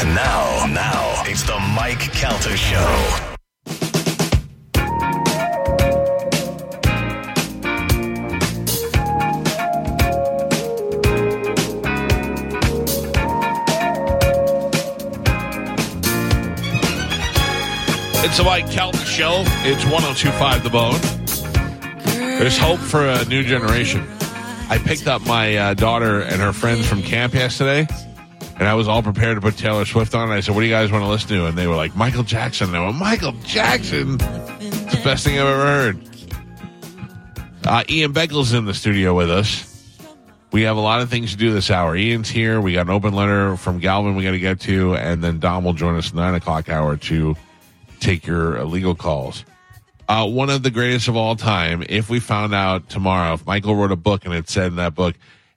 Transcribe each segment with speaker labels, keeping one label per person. Speaker 1: And now, now, it's the Mike Calter Show.
Speaker 2: It's the Mike Calvin Show. It's 1025 The Bone. There's hope for a new generation. I picked up my uh, daughter and her friends from camp yesterday, and I was all prepared to put Taylor Swift on. And I said, What do you guys want to listen to? And they were like, Michael Jackson. And I went, Michael Jackson? It's the best thing I've ever heard. Uh, Ian Beckel's in the studio with us. We have a lot of things to do this hour. Ian's here. We got an open letter from Galvin we got to get to, and then Dom will join us at nine o'clock hour to take your uh, legal calls. Uh, one of the greatest of all time. If we found out tomorrow, if Michael wrote a book and it said in that book,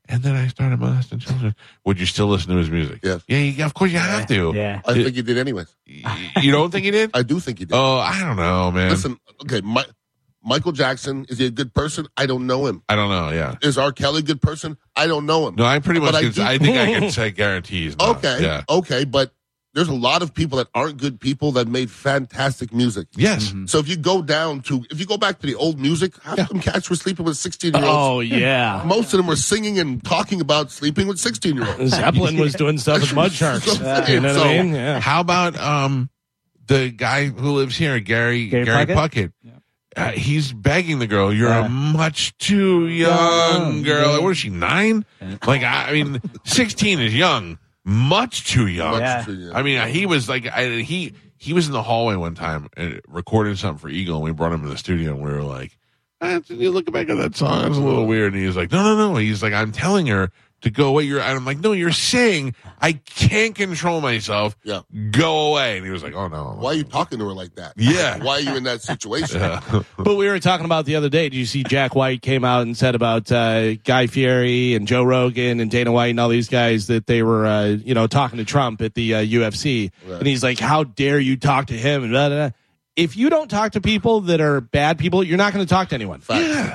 Speaker 2: and then I started molesting children, would you still listen to his music?
Speaker 3: Yes.
Speaker 2: Yeah, you, of course you have to.
Speaker 4: Yeah.
Speaker 3: I
Speaker 2: It-
Speaker 3: think he did anyways.
Speaker 2: Y- You don't think he did?
Speaker 3: I do think he did.
Speaker 2: Oh, I don't know, man.
Speaker 3: Listen, okay, Mi- Michael Jackson is he a good person? I don't know him.
Speaker 2: I don't know. Yeah.
Speaker 3: Is R. Kelly a good person? I don't know him.
Speaker 2: No, I pretty much.
Speaker 3: But I
Speaker 2: can,
Speaker 3: do-
Speaker 2: I, think I can say guarantees. Not.
Speaker 3: okay,
Speaker 2: Yeah.
Speaker 3: okay, but there's a lot of people that aren't good people that made fantastic music.
Speaker 2: Yes.
Speaker 3: So if you go down to, if you go back to the old music, how come cats were sleeping with 16 year olds?
Speaker 5: Oh yeah,
Speaker 3: Most of them were singing and talking about sleeping with 16 year olds.
Speaker 5: Zeppelin was doing stuff with mud sharks.
Speaker 3: So-
Speaker 5: You know what I
Speaker 3: so-
Speaker 5: mean? Yeah.
Speaker 2: How about um, the guy who lives here, Gary Gary,
Speaker 4: Gary
Speaker 2: Puckett?
Speaker 4: Puckett?
Speaker 2: Uh, he's begging the girl. You're
Speaker 4: Yeah.
Speaker 2: a much too young girl. Like, What is she nine? Like I, I mean, sixteen is young. Much too young.
Speaker 3: Much
Speaker 4: Yeah.
Speaker 3: to you.
Speaker 2: I mean, he was like I, he he was in the hallway one time and recorded something for Eagle, and we brought him to the studio, and we were like, eh, "You look back at that song, it's a little weird." And he was like, "No, no, no." He's like, "I'm telling her to go away." You're, and I'm like, "No, you're saying I can't control myself.
Speaker 3: Yeah.
Speaker 2: go away." And he was like, "Oh no."
Speaker 3: Why are you talking to her like that?
Speaker 2: Yeah.
Speaker 3: Why are you in that situation?
Speaker 2: Yeah.
Speaker 5: But we were talking about the other day. Did you see Jack White came out and said about uh, Guy Fieri and Joe Rogan and Dana White and all these guys that they were, uh, you know, talking to Trump at the uh, UFC, and he's like, "How dare you talk to him?" And blah, blah, blah. if you don't talk to people that are bad people, you're not going to talk to anyone.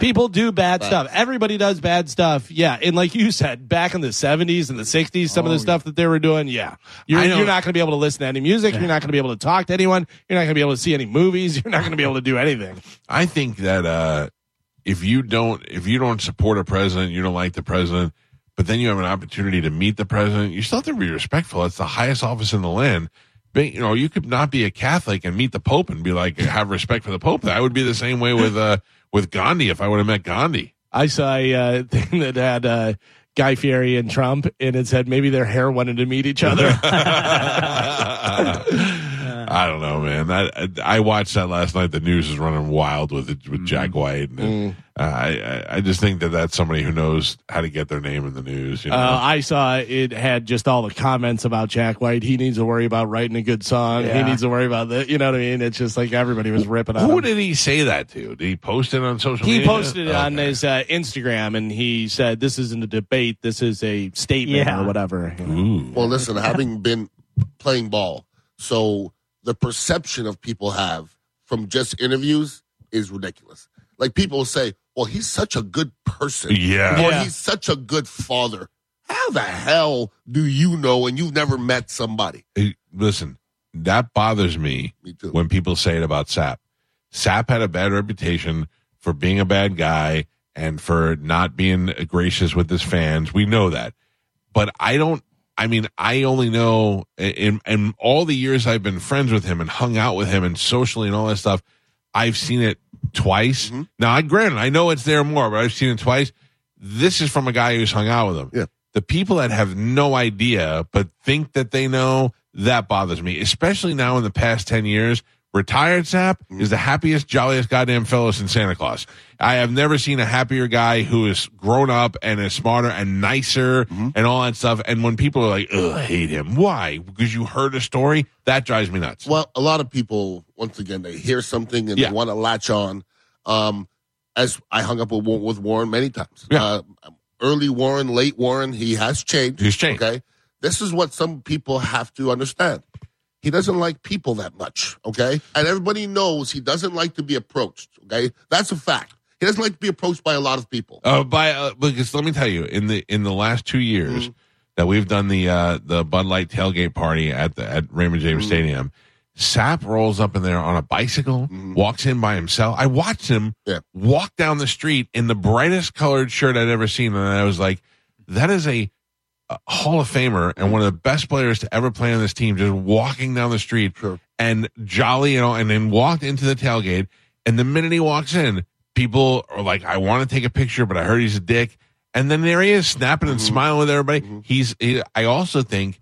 Speaker 5: People do bad stuff. Everybody does bad stuff. Yeah, and like you said, back in the '70s and the '60s, some of the stuff that they were doing, yeah, you're,
Speaker 2: Oh, I know.
Speaker 5: you're not going to be able to listen to any music. You're not going to be able to talk to anyone. You're not going to be able to see any movies. You're not going to be able to do anything.
Speaker 2: I think that uh, if you don't if you don't support a president, you don't like the president, but then you have an opportunity to meet the president, you still have to be respectful. It's the highest office in the land. But, you know, you could not be a Catholic and meet the Pope and be like have respect for the Pope. I would be the same way with uh with Gandhi if I would have met Gandhi.
Speaker 5: I saw a uh, thing that had uh, Guy Fieri and Trump, and it said maybe their hair wanted to meet each other.
Speaker 2: I don't know, man. I, I watched that last night. The news is running wild with it, with Jack White. And, uh, I I- I just think that that's somebody who knows how to get their name in the news. You know?
Speaker 5: Uh, I saw it had just all the comments about Jack White. He needs to worry about writing a good song.
Speaker 4: Yeah.
Speaker 5: He needs to worry about that. You know what I mean? It's just like everybody was ripping on
Speaker 2: Who
Speaker 5: him.
Speaker 2: did he say that to? Did he post it on social
Speaker 5: He
Speaker 2: media?
Speaker 5: posted it on
Speaker 2: Okay.
Speaker 5: his uh, Instagram, and he said, "This isn't a debate. This is a statement
Speaker 4: Yeah.
Speaker 5: or whatever." you know?
Speaker 2: Ooh.
Speaker 3: Well, listen, having been playing ball, so the perception of people have from just interviews is ridiculous. Like people will say, "Well, he's such a good person,"
Speaker 2: Yeah.
Speaker 3: or
Speaker 5: Yeah.
Speaker 3: "He's such a good father." How the hell do you know? And you've never met somebody.
Speaker 2: Hey, Listen, that bothers me
Speaker 3: Me too.
Speaker 2: when people say it about Sap. Sap had a bad reputation for being a bad guy and for not being gracious with his fans. We know that. But I don't I mean, I only know in in all the years I've been friends with him and hung out with him and socially and all that stuff, I've seen it twice. Now, I granted, I know it's there more, but I've seen it twice. This is from a guy who's hung out with him.
Speaker 3: Yeah.
Speaker 2: The people that have no idea but think that they know, that bothers me, especially now in the past 10 years Retired Sap
Speaker 3: Mm-hmm.
Speaker 2: is the happiest, jolliest goddamn fellow since Santa Claus. I have never seen a happier guy who is grown up and is smarter and nicer
Speaker 3: Mm-hmm.
Speaker 2: and all that stuff. And when people are like, Ugh, I hate him. Why? Because you heard a story? That drives me nuts.
Speaker 3: Well, a lot of people, once again, they hear something and
Speaker 2: Yeah.
Speaker 3: they want to latch on. Um, as I hung up with, Wa- with Warren many times.
Speaker 2: Yeah.
Speaker 3: Uh, early Warren, late Warren, he has changed.
Speaker 2: He's changed.
Speaker 3: Okay. This is what some people have to understand. He doesn't like people that much. Okay. And everybody knows he doesn't like to be approached. Okay. That's a fact. He doesn't like to be approached by a lot of people.
Speaker 2: Uh, by uh, because let me tell you, in the in the last two years that we've done the uh, the Bud Light tailgate party at the at Raymond James Stadium, Sap rolls up in there on a bicycle, walks in by himself. I watched him
Speaker 3: Yeah.
Speaker 2: walk down the street in the brightest colored shirt I'd ever seen, and I was like, that is a. a Hall of Famer and one of the best players to ever play on this team, just walking down the street
Speaker 3: Sure.
Speaker 2: and jolly and all, and then walked into the tailgate. And the minute he walks in, people are like, I want to take a picture, but I heard he's a dick. And then there he is, snapping and smiling with everybody. He's, he, I also think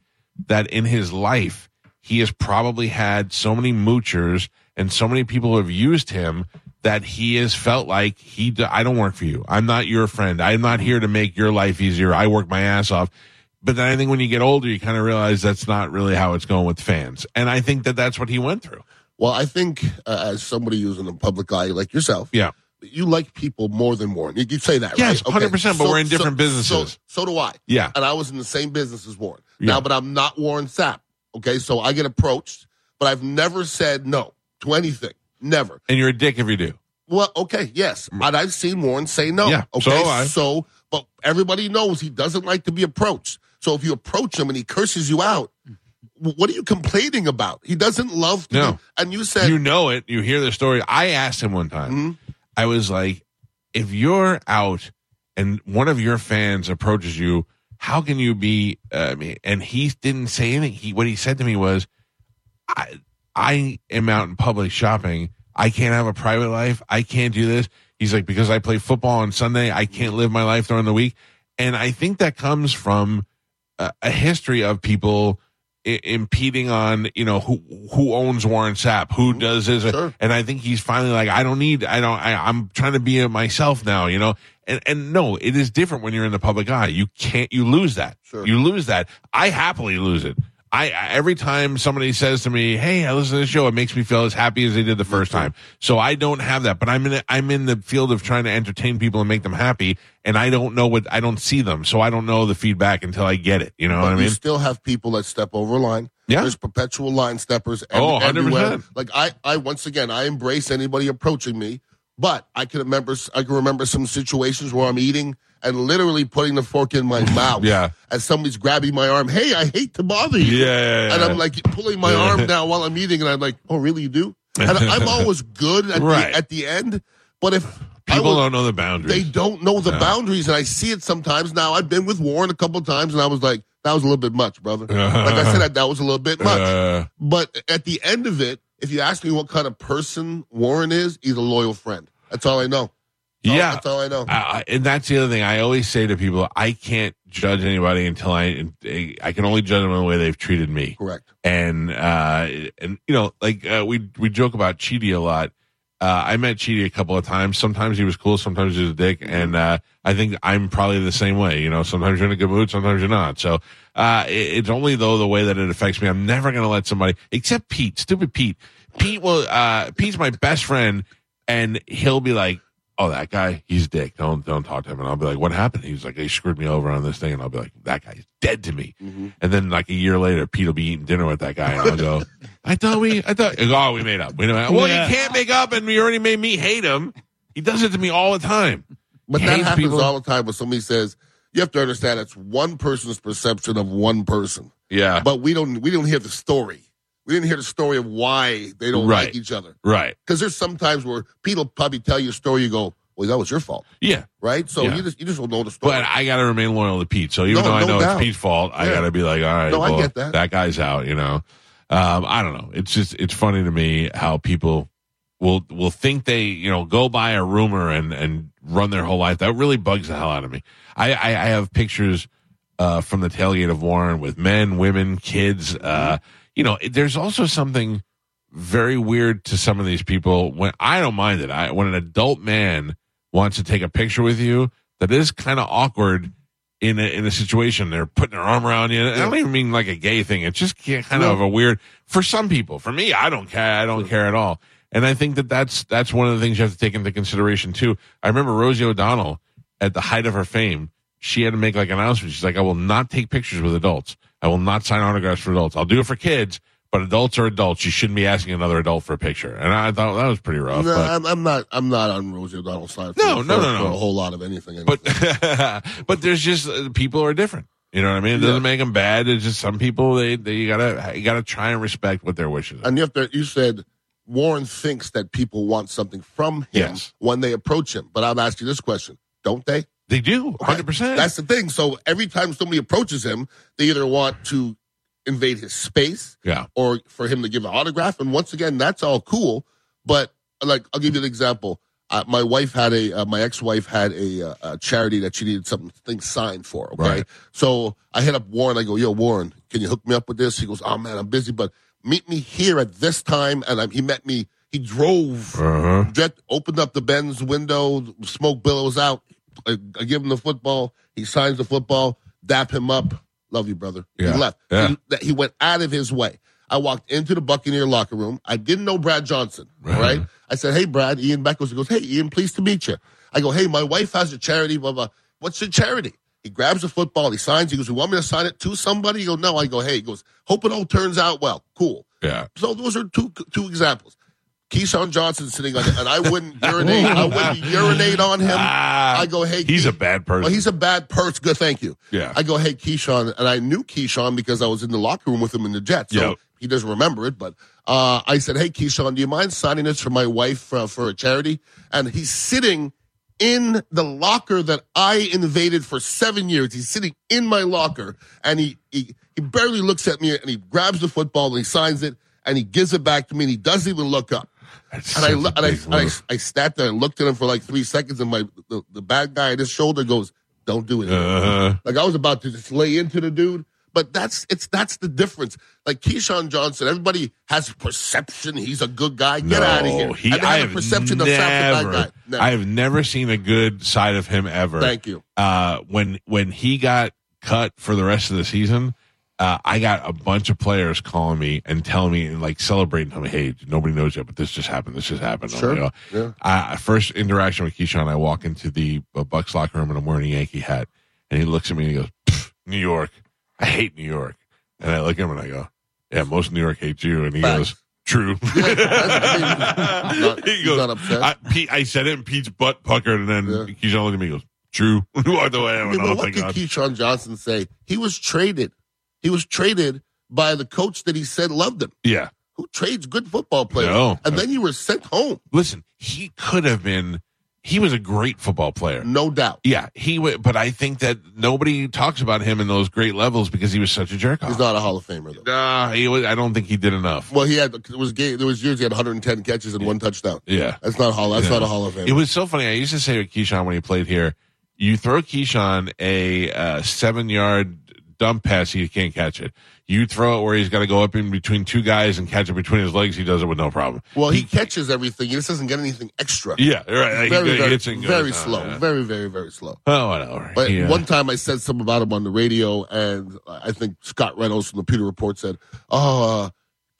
Speaker 2: that in his life, he has probably had so many moochers and so many people who have used him that he has felt like he, d- I don't work for you. I'm not your friend. I'm not here to make your life easier. I work my ass off. But then I think when you get older, you kind of realize that's not really how it's going with fans. And I think that that's what he went through.
Speaker 3: Well, I think uh, as somebody who's in the public eye like yourself,
Speaker 2: Yeah.
Speaker 3: you like people more than Warren. You, you say that,
Speaker 2: Yes,
Speaker 3: right?
Speaker 2: 100%, but we're in different businesses.
Speaker 3: So, so do I.
Speaker 2: Yeah.
Speaker 3: And I was in the same business as Warren.
Speaker 2: Yeah.
Speaker 3: Now, but I'm not Warren Sapp. Okay. So I get approached, but I've never said no to anything. Never.
Speaker 2: And you're a dick if you do.
Speaker 3: Well, okay, yes. And I've seen Warren say no.
Speaker 2: Mm. Yeah, so
Speaker 3: okay.
Speaker 2: have I.
Speaker 3: so but everybody knows he doesn't like to be approached. So if you approach him and he curses you out, wh- what are you complaining about? He doesn't love to
Speaker 2: No.
Speaker 3: be- and you said "Hmm,
Speaker 2: you know it. You hear the story. I asked him one time. I was like, if you're out and one of your fans approaches you, how can you be? Uh, I mean, and he didn't say anything. He what he said to me was, I I am out in public shopping. I can't have a private life. I can't do this. He's like because I play football on Sunday. I can't live my life during the week. And I think that comes from a, a history of people I- impeding on you know who who owns Warren Sapp, who does this,
Speaker 3: Sure.
Speaker 2: and I think he's finally like, I don't need, I don't, I, I'm trying to be myself now, you know. And and no, it is different when you're in the public eye. You can't, you lose that.
Speaker 3: Sure.
Speaker 2: You lose that. I happily lose it. I, I every time somebody says to me, "Hey, I listen to this show," it makes me feel as happy as they did the first time. So I don't have that, but I'm in a, I'm in the field of trying to entertain people and make them happy, and I don't know what I don't see them, so I don't know the feedback until I get it. You know what I
Speaker 3: But
Speaker 2: mean?
Speaker 3: You still have people that step over a line.
Speaker 2: Yeah.
Speaker 3: There's perpetual line steppers ev-
Speaker 2: Oh, 100%.
Speaker 3: everywhere. Like I, I once again, I embrace anybody approaching me, but I can remember, I can remember some situations where I'm eating and literally putting the fork in my mouth.
Speaker 2: Yeah.
Speaker 3: As somebody's grabbing my arm. Hey, I hate to bother you.
Speaker 2: Yeah.
Speaker 3: And I'm like pulling my arm down while I'm eating, and I'm like, oh, really? You do? And I'm always good at,
Speaker 2: Right.
Speaker 3: the, at the end, but if I
Speaker 2: People
Speaker 3: was-
Speaker 2: don't know the boundaries.
Speaker 3: they don't know the boundaries, and I see it sometimes. Now I've been with Warren a couple times, and I was like, "That was a little bit much, brother." Like I said, that, that was a little bit much.
Speaker 2: Uh,
Speaker 3: but at the end of it, if you ask me what kind of person Warren is, he's a loyal friend. That's all I know. That's all-
Speaker 2: yeah.
Speaker 3: that's all I know.
Speaker 2: I, I- and that's the other thing I always say to people: I can't judge anybody until I I can only judge them on the way they've treated me.
Speaker 3: Correct.
Speaker 2: And uh, and you know, like uh, we we joke about Chidi a lot. Uh, I met Chidi a couple of times. Sometimes he was cool, sometimes he was a dick, and uh, I think I'm probably the same way. You know, sometimes you're in a good mood, sometimes you're not. So uh, it, it's only though the way that it affects me. I'm never going to let somebody, except Pete, stupid Pete. Pete will. Uh, Pete's my best friend, and he'll be like, "Oh, that guy, he's a dick. Don't don't talk to him." And I'll be like, "What happened?" He's like, "They screwed me over on this thing," and I'll be like, "That guy's dead to me."
Speaker 3: Mm-hmm.
Speaker 2: And then like a year later, Pete will be eating dinner with that guy, and I'll go, "I thought we, I thought, oh, we made up. We know. Well,
Speaker 5: Yeah.
Speaker 2: you can't make up, and you already made me hate him. He does it to me all the time.
Speaker 3: But
Speaker 2: He
Speaker 3: that
Speaker 2: hates
Speaker 3: happens
Speaker 2: people.
Speaker 3: all the time when somebody says, "You have to understand, it's one person's perception of one person."
Speaker 2: Yeah,
Speaker 3: But we don't, we don't hear the story. We didn't hear the story of why they don't
Speaker 2: Right.
Speaker 3: like each other.
Speaker 2: right.
Speaker 3: Because there's sometimes where people probably tell you a story, you go, "Well, that was your fault."
Speaker 2: Yeah,
Speaker 3: right? So
Speaker 2: Yeah.
Speaker 3: you just you just don't know the story.
Speaker 2: But I got to remain loyal to Pete. So even
Speaker 3: No,
Speaker 2: though I
Speaker 3: no
Speaker 2: know
Speaker 3: doubt.
Speaker 2: it's Pete's fault, I
Speaker 3: Yeah.
Speaker 2: got to be like, all right,
Speaker 3: No, I
Speaker 2: well,
Speaker 3: get that.
Speaker 2: guy's out. You know, um, I don't know. It's just it's funny to me how people will will think they you know go by a rumor and and run their whole life. That really bugs the hell out of me. I I, I have pictures uh, from the tailgate of Warren with men, women, kids. Uh, you know, it- there's also something very weird to some of these people. When I don't mind it, I when an adult man wants to take a picture with you, that is kind of awkward. In a, in a situation, they're putting their arm around you. And I don't even mean like a gay thing. It's just kind of a weird for some people. For me, I don't care. I don't care at all. And I think that that's that's one of the things you have to take into consideration too. I remember Rosie O'Donnell at the height of her fame, she had to make like an announcement. She's like, I will not take pictures with adults. I will not sign autographs for adults. I'll do it for kids, but adults are adults. You shouldn't be asking another adult for a picture. And I thought that was pretty rough.
Speaker 3: No,
Speaker 2: but-
Speaker 3: I'm, I'm not. I'm not on Rosie O'Donnell's side. For,
Speaker 2: No, no,
Speaker 3: for-
Speaker 2: no, no.
Speaker 3: for a whole lot of anything.
Speaker 2: but but there's just uh, people are different. You know what I mean? It doesn't 'em make them bad. It's just some people they, they you gotta you gotta try and respect what their wishes. Are.
Speaker 3: and you have to. You said Warren thinks that people want something from him
Speaker 2: Yes.
Speaker 3: when they approach him. But I'm asking this question: Don't they?
Speaker 2: They do, hundred percent.
Speaker 3: That's the thing. So every time somebody approaches him, they either want to invade his space
Speaker 2: yeah.
Speaker 3: or for him to give an autograph. And once again, that's all cool. But like, I'll give you an example. Uh, my wife had a, uh, my ex-wife had a, uh, a charity that she needed something signed for. Okay,
Speaker 2: Right.
Speaker 3: so I hit up Warren. I go, Yo, Warren, can you hook me up with this? He goes, Oh man, I'm busy, but meet me here at this time. And um, he met me. He drove
Speaker 2: Uh-huh.
Speaker 3: Jet opened up the Benz window. Smoke billows out. I, I give him the football. He signs the football. Dap him up. Love you, brother.
Speaker 2: Yeah.
Speaker 3: He left.
Speaker 2: Yeah.
Speaker 3: He, that he went out of his way. I walked into the Buccaneer locker room. I didn't know Brad Johnson.
Speaker 2: Right.
Speaker 3: Right. I said, "Hey, Brad." Ian Beckles goes, "Hey, Ian, pleased to meet you." I go, "Hey, my wife has a charity. Blah blah. What's your charity?" He grabs the football. He signs. He goes, "You want me to sign it to somebody?" He goes, "No." I go, "Hey." He goes, "Hope it all turns out well. Cool."
Speaker 2: Yeah.
Speaker 3: So those are two two examples. Keyshawn Johnson sitting on it, and I wouldn't urinate. I wouldn't urinate on him.
Speaker 2: Ah,
Speaker 3: I go, hey,
Speaker 2: he's
Speaker 3: Key-
Speaker 2: a bad person.
Speaker 3: Well, he's a bad person. Good, thank you.
Speaker 2: Yeah.
Speaker 3: I go, hey, Keyshawn, and I knew Keyshawn because I was in the locker room with him in the Jets. So
Speaker 2: Yep.
Speaker 3: he doesn't remember it, but uh, I said, hey, Keyshawn, do you mind signing this for my wife for, for a charity? And he's sitting in the locker that I invaded for seven years. He's sitting in my locker, and he he, he barely looks at me, and he grabs the football and he signs it, and he gives it back to me, and he doesn't even look up.
Speaker 2: That's
Speaker 3: And I,
Speaker 2: such a
Speaker 3: lo- and I,
Speaker 2: big
Speaker 3: and I,
Speaker 2: move.
Speaker 3: I sat there and looked at him for like three seconds, and my the, the bad guy at his shoulder goes, "Don't do it."
Speaker 2: Uh-huh.
Speaker 3: Like I was about to just lay into the dude, but that's it's that's the difference. Like Keyshawn Johnson, everybody has perception he's a good guy. Get out of here.
Speaker 2: He,
Speaker 3: And they
Speaker 2: I
Speaker 3: have
Speaker 2: have
Speaker 3: a perception
Speaker 2: never,
Speaker 3: of Saf the bad guy. Never.
Speaker 2: I have never seen a good side of him ever.
Speaker 3: Thank you.
Speaker 2: Uh, when when he got cut for the rest of the season, uh, I got a bunch of players calling me and telling me and like celebrating him. Hey, nobody knows yet, but this just happened. This just happened. I'm
Speaker 3: Sure.
Speaker 2: like, oh.
Speaker 3: Yeah.
Speaker 2: I, first interaction with Keyshawn, I walk into the uh, Bucks locker room and I'm wearing a Yankee hat, and he looks at me and he goes, "Pfft, "New York, I hate New York." And I look at him and I go, "Yeah, most of New York hates you." And he
Speaker 3: Facts.
Speaker 2: goes, "True."
Speaker 3: I mean, not-
Speaker 2: he
Speaker 3: he's
Speaker 2: goes,
Speaker 3: not upset.
Speaker 2: I, Pete, I said it, and Pete's butt puckered, and then
Speaker 3: Yeah.
Speaker 2: Keyshawn looked at me and goes, True. He walked away. I
Speaker 3: I
Speaker 2: went,
Speaker 3: mean,
Speaker 2: oh,
Speaker 3: but what
Speaker 2: thank
Speaker 3: did
Speaker 2: God.
Speaker 3: Keyshawn Johnson say? He was traded. He was traded by the coach that he said loved him.
Speaker 2: yeah.
Speaker 3: Who trades good football players?
Speaker 2: No.
Speaker 3: And then you were sent home,
Speaker 2: Listen, he could have been, he was a great football player.
Speaker 3: no doubt.
Speaker 2: Yeah, he would, but I think that nobody talks about him in those great levels because he was such a jerk
Speaker 3: He's
Speaker 2: off.
Speaker 3: not a Hall of Famer though.
Speaker 2: Nah, he was, I don't think he did enough.
Speaker 3: Well, he had it was gay, there was years he had 110 catches and one touchdown.
Speaker 2: Yeah.
Speaker 3: That's not Hall. That's
Speaker 2: Yeah.
Speaker 3: not a Hall of Fame.
Speaker 2: It was so funny. I used to say with Keyshawn when he played here, you throw Keyshawn a uh, seven yard dump pass, he can't catch it. You throw it where he's got to go up in between two guys and catch it between his legs, he does it with no problem.
Speaker 3: well, he catches everything. He just doesn't get anything extra.
Speaker 2: Yeah, right.
Speaker 3: very,
Speaker 2: he,
Speaker 3: very,
Speaker 2: hits and goes,
Speaker 3: very
Speaker 2: uh,
Speaker 3: slow.
Speaker 2: yeah.
Speaker 3: Very, very, very slow.
Speaker 2: Oh, whatever.
Speaker 3: But
Speaker 2: Yeah.
Speaker 3: one time I said something about him on the radio, and I think Scott Reynolds from the Peter Report said, "Oh, uh,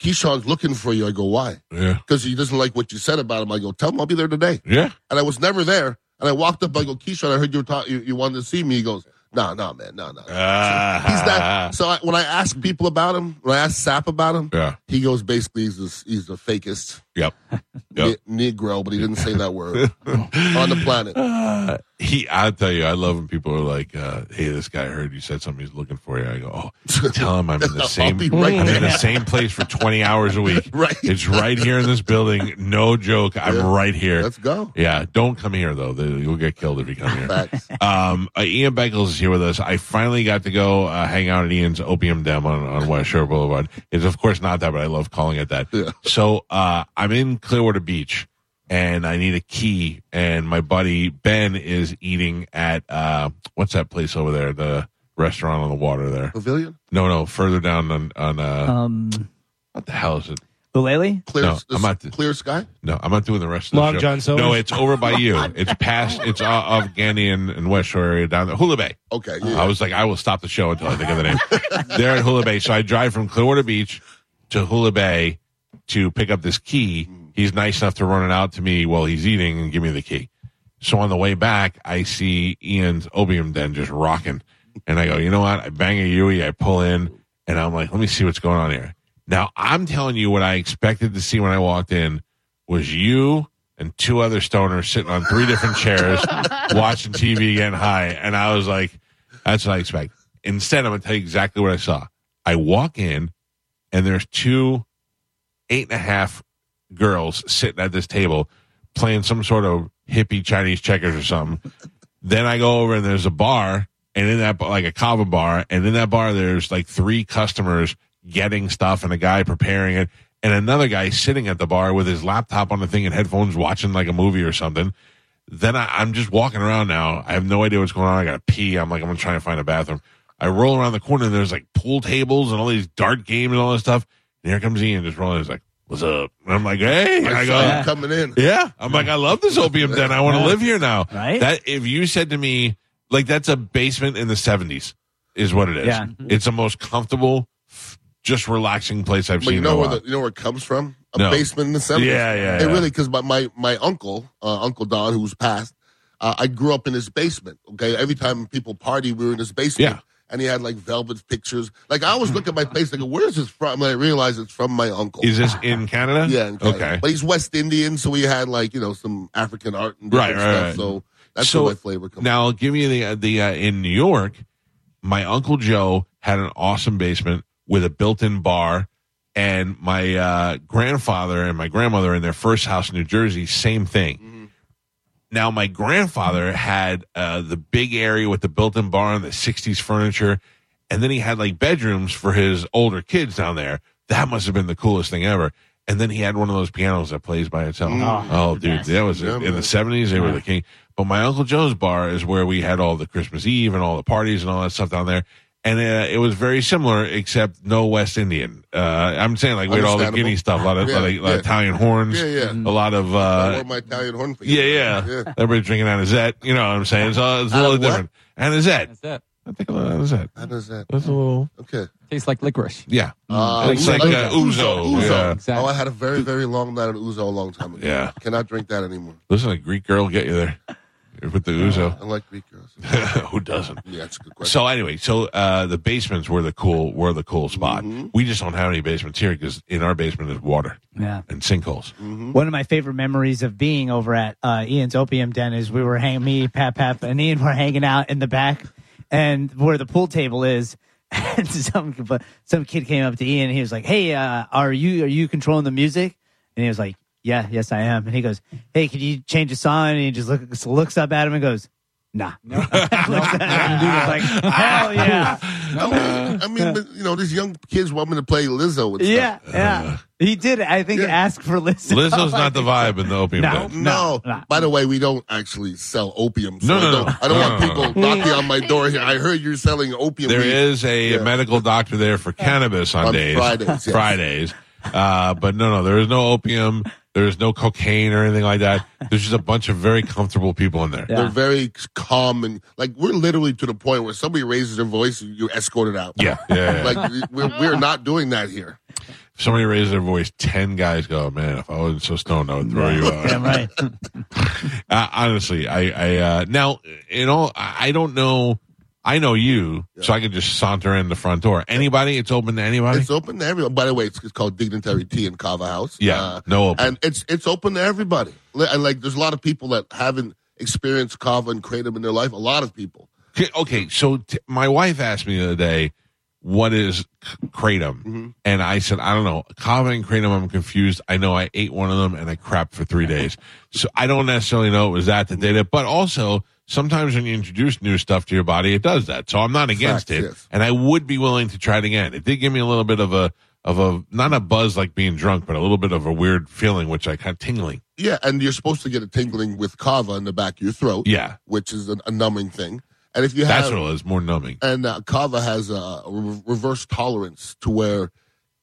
Speaker 3: Keyshawn's looking for you." I go, "Why?"
Speaker 2: yeah.
Speaker 3: Because he doesn't like what you said about him. I go, "Tell him I'll be there today."
Speaker 2: Yeah.
Speaker 3: And I was never there. And I walked up. I go, "Keyshawn, I heard you were talking. You, you wanted to see me." He goes, "No, no, man, no, no."
Speaker 2: Ah.
Speaker 3: He's that. So I, when I ask people about him, when I ask Sap about him,
Speaker 2: Yeah.
Speaker 3: he goes basically he's the, he's the fakest
Speaker 2: Yep. Yep.
Speaker 3: ne- Negro, but he didn't say that word on the planet.
Speaker 2: Uh, he, I tell you, I love when people are like, uh, "Hey, this guy heard you said something. He's looking for you." I go, "Oh, tell him I'm in the
Speaker 3: I'll
Speaker 2: same, Mm.
Speaker 3: be right
Speaker 2: I'm in the
Speaker 3: there.
Speaker 2: same place for 20 hours a week.
Speaker 3: Right.
Speaker 2: It's right here in this building. No joke. I'm
Speaker 3: Yeah.
Speaker 2: right here.
Speaker 3: Let's go.
Speaker 2: yeah, don't come here though. The- You'll get killed if you come here.
Speaker 3: Facts.
Speaker 2: Um, uh, Ian Beckles is here with us. I finally got to go uh, hang out at Ian's opium den on, on West Shore Boulevard. It's of course not that, but I love calling it that.
Speaker 3: Yeah.
Speaker 2: So uh, I'm in Clearwater Beach, and I need a key. And my buddy Ben is eating at uh, what's that place over there? The restaurant on the water there.
Speaker 3: Pavilion?
Speaker 2: No, no, further down on on uh,
Speaker 4: Um,
Speaker 2: what the hell is it?
Speaker 4: Lele?
Speaker 3: Clear,
Speaker 2: No,
Speaker 3: s-
Speaker 2: I'm not th-
Speaker 3: clear sky?
Speaker 2: No, I'm not doing the rest of
Speaker 5: Long
Speaker 2: the show.
Speaker 5: John Silver's?
Speaker 2: No, it's over by you. It's past. It's uh, of Gandy and, and West Shore area down there. Hula Bay.
Speaker 3: Okay. yeah.
Speaker 2: I was like, I will stop the show until I think of the name. They're at Hula Bay, so I drive from Clearwater Beach to Hula Bay to pick up this key. He's nice enough to run it out to me while he's eating and give me the key. So on the way back, I see Ian's opium den just rocking, and I go, you know what? I bang a Yui, I pull in, and I'm like, let me see what's going on here. Now I'm telling you what I expected to see when I walked in was you and two other stoners sitting on three different chairs watching TV getting high. And I was like, that's what I expect. Instead, I'm going to tell you exactly what I saw. I walk in, and there's two eight and a half girls sitting at this table playing some sort of hippie Chinese checkers or something. then I go over, and there's a bar, and in that, bar- like a kava bar, and in that bar, there's like three customers getting stuff and a guy preparing it. And another guy sitting at the bar with his laptop on the thing and headphones watching like a movie or something then I, I'm just walking around now. I have no idea what's going on. I got to pee. I'm like, I'm going to try and find a bathroom. I roll around the corner and there's like pool tables and all these dart games and all this stuff. And here comes Ian just rolling. He's like, what's up? And I'm like, hey.
Speaker 3: I,
Speaker 2: I
Speaker 3: saw
Speaker 2: go,
Speaker 3: you coming in.
Speaker 2: yeah. I'm like, I love this opium den. I want to
Speaker 4: Yeah.
Speaker 2: live here now.
Speaker 4: Right?
Speaker 2: That if you said to me, like, that's a basement in the 70s, is what it is.
Speaker 4: Yeah.
Speaker 2: It's the most comfortable, f- just relaxing place I've
Speaker 3: But
Speaker 2: seen.
Speaker 3: you
Speaker 2: in
Speaker 3: know
Speaker 2: a
Speaker 3: where
Speaker 2: while.
Speaker 3: the, you know where it comes from? A
Speaker 2: No.
Speaker 3: basement in the seventies.
Speaker 2: Yeah, yeah,
Speaker 3: It
Speaker 2: yeah.
Speaker 3: really because my, my my uncle, uh, Uncle Don, who's passed, uh, I grew up in his basement. Okay, every time people party, we were in his basement.
Speaker 2: Yeah.
Speaker 3: And he had like velvet pictures. Like I always look at my face, like, where's this from? And I realize it's from my uncle.
Speaker 2: is this in Canada?
Speaker 3: yeah, in Canada.
Speaker 2: Okay.
Speaker 3: But he's West Indian, so he had like you know some African art and
Speaker 2: Right,
Speaker 3: different
Speaker 2: right,
Speaker 3: stuff.
Speaker 2: right.
Speaker 3: So that's
Speaker 2: So
Speaker 3: where my flavor comes.
Speaker 2: Now, I'll give you the the uh, in New York, my uncle Joe had an awesome basement with a built-in bar, and my uh, grandfather and my grandmother in their first house in New Jersey, same thing.
Speaker 3: Mm-hmm.
Speaker 2: Now, my grandfather had uh, the big area with the built-in bar and the '60s furniture, and then he had like bedrooms for his older kids down there. That must have been the coolest thing ever. And then he had one of those pianos that plays by itself.
Speaker 4: Mm.
Speaker 2: Oh,
Speaker 4: The
Speaker 2: dude,
Speaker 4: best.
Speaker 2: that was
Speaker 3: Yeah,
Speaker 2: in
Speaker 3: man.
Speaker 2: the 70s. They were the king. But my Uncle Joe's bar is where we had all the Christmas Eve and all the parties and all that stuff down there. And uh, it was very similar, except no West Indian. Uh, I'm saying like we had all the
Speaker 3: Understandable.
Speaker 2: Guinea stuff, a lot of,
Speaker 3: Yeah,
Speaker 2: lot of- lot of
Speaker 3: yeah.
Speaker 2: Italian horns,
Speaker 3: Yeah, yeah.
Speaker 2: a lot of
Speaker 3: I
Speaker 2: uh,
Speaker 3: wore my Italian horn. for
Speaker 2: yeah,
Speaker 3: you.
Speaker 2: yeah, Everybody drinking out of Zet. You know what I'm saying? So it's a
Speaker 3: Out
Speaker 2: little
Speaker 3: of what?
Speaker 2: different. And a Zet.
Speaker 6: That's it.
Speaker 2: I think a little out of Zet.
Speaker 3: How does that?
Speaker 2: That's a little
Speaker 3: Okay.
Speaker 6: Tastes like licorice.
Speaker 2: yeah.
Speaker 3: Uh,
Speaker 2: It's Mm, like, uh, ouzo. Yeah.
Speaker 6: Exactly.
Speaker 3: Oh, I had a very, very long night at Uzo a long time ago.
Speaker 2: Yeah.
Speaker 3: Cannot drink that anymore.
Speaker 2: Listen, a Greek girl will get you there with the ouzo.
Speaker 3: I like Greek girls. Yeah,
Speaker 2: Who doesn't?
Speaker 3: that's a good question.
Speaker 2: So anyway, so uh, the basements were the cool were the cool spot. We just don't have any basements here because in our basement is water
Speaker 4: Yeah.
Speaker 2: and sinkholes.
Speaker 4: One of my favorite memories of being over at uh, Ian's Opium Den is we were hang me, Pap Pap, and Ian were hanging out in the back, and where the pool table is. And some but some kid came up to Ian. and He was like, "Hey, uh, are you are you controlling the music?" And he was like, "Yeah, yes, I am." And he goes, "Hey, can you change the song?" And he just look, just looks up at him and goes, "Nah." No, like, hell yeah,
Speaker 3: I
Speaker 2: uh,
Speaker 3: mean, I mean, but, you know, these young kids want me to play Lizzo and
Speaker 4: yeah,
Speaker 3: stuff.
Speaker 4: Uh. yeah. He did. I think ask for Lizzo.
Speaker 2: Lizzo's not the vibe in the opium
Speaker 4: No.
Speaker 2: den.
Speaker 3: No.
Speaker 4: No, no.
Speaker 3: By the way, we don't actually sell opium. So
Speaker 2: No,
Speaker 3: I
Speaker 2: no,
Speaker 3: don't,
Speaker 2: no.
Speaker 3: I don't
Speaker 2: No, no,
Speaker 3: want
Speaker 2: no.
Speaker 3: people knocking on my door here. I heard you're selling opium.
Speaker 2: There
Speaker 3: weed
Speaker 2: is a
Speaker 3: Yeah.
Speaker 2: medical doctor there for cannabis on,
Speaker 3: on
Speaker 2: days
Speaker 3: Fridays. yes.
Speaker 2: Fridays. Uh, but no, no, there is no opium. There is no cocaine or anything like that. There's just a bunch of very comfortable people in there.
Speaker 4: Yeah.
Speaker 3: They're very calm and like we're literally to the point where somebody raises their voice and you're escorted out.
Speaker 2: Yeah, yeah. yeah.
Speaker 3: Like we're, we're not doing that here.
Speaker 2: if somebody raises their voice, ten guys go, "Man, if I wasn't so stoned, I would throw you out."
Speaker 4: Damn right.
Speaker 2: Uh, honestly, I, I uh, now in all, I I don't know. I know you, so I can just saunter in the front door. Anybody? It's open to anybody.
Speaker 3: It's open to everyone. By the way, it's, it's called Dignitary Tea and Kava House.
Speaker 2: yeah,
Speaker 3: Uh,
Speaker 2: no open.
Speaker 3: and it's it's open to everybody. Li- And like, there's a lot of people that haven't experienced kava and kratom in their life. A lot of people.
Speaker 2: Okay, okay, so t- my wife asked me the other day, "What is k- kratom?"
Speaker 3: Mm-hmm.
Speaker 2: And I said, "I don't know. Kava and kratom. I'm confused. I know I ate one of them and I crapped for three days, so I don't necessarily know it was that that did it. But also, sometimes when you introduce new stuff to your body, it does that. So I'm not against
Speaker 3: Facts,
Speaker 2: it,
Speaker 3: yes.
Speaker 2: and I would be willing to try it again. It did give me a little bit of a of a not a buzz like being drunk, but a little bit of a weird feeling, which I kind of tingling.
Speaker 3: Yeah, and you're supposed to get a tingling with kava in the back of your throat.
Speaker 2: Yeah,
Speaker 3: which is a, a numbing thing. And if you
Speaker 2: that's
Speaker 3: have
Speaker 2: what it was. More numbing.
Speaker 3: and uh, kava has a re- reverse tolerance to where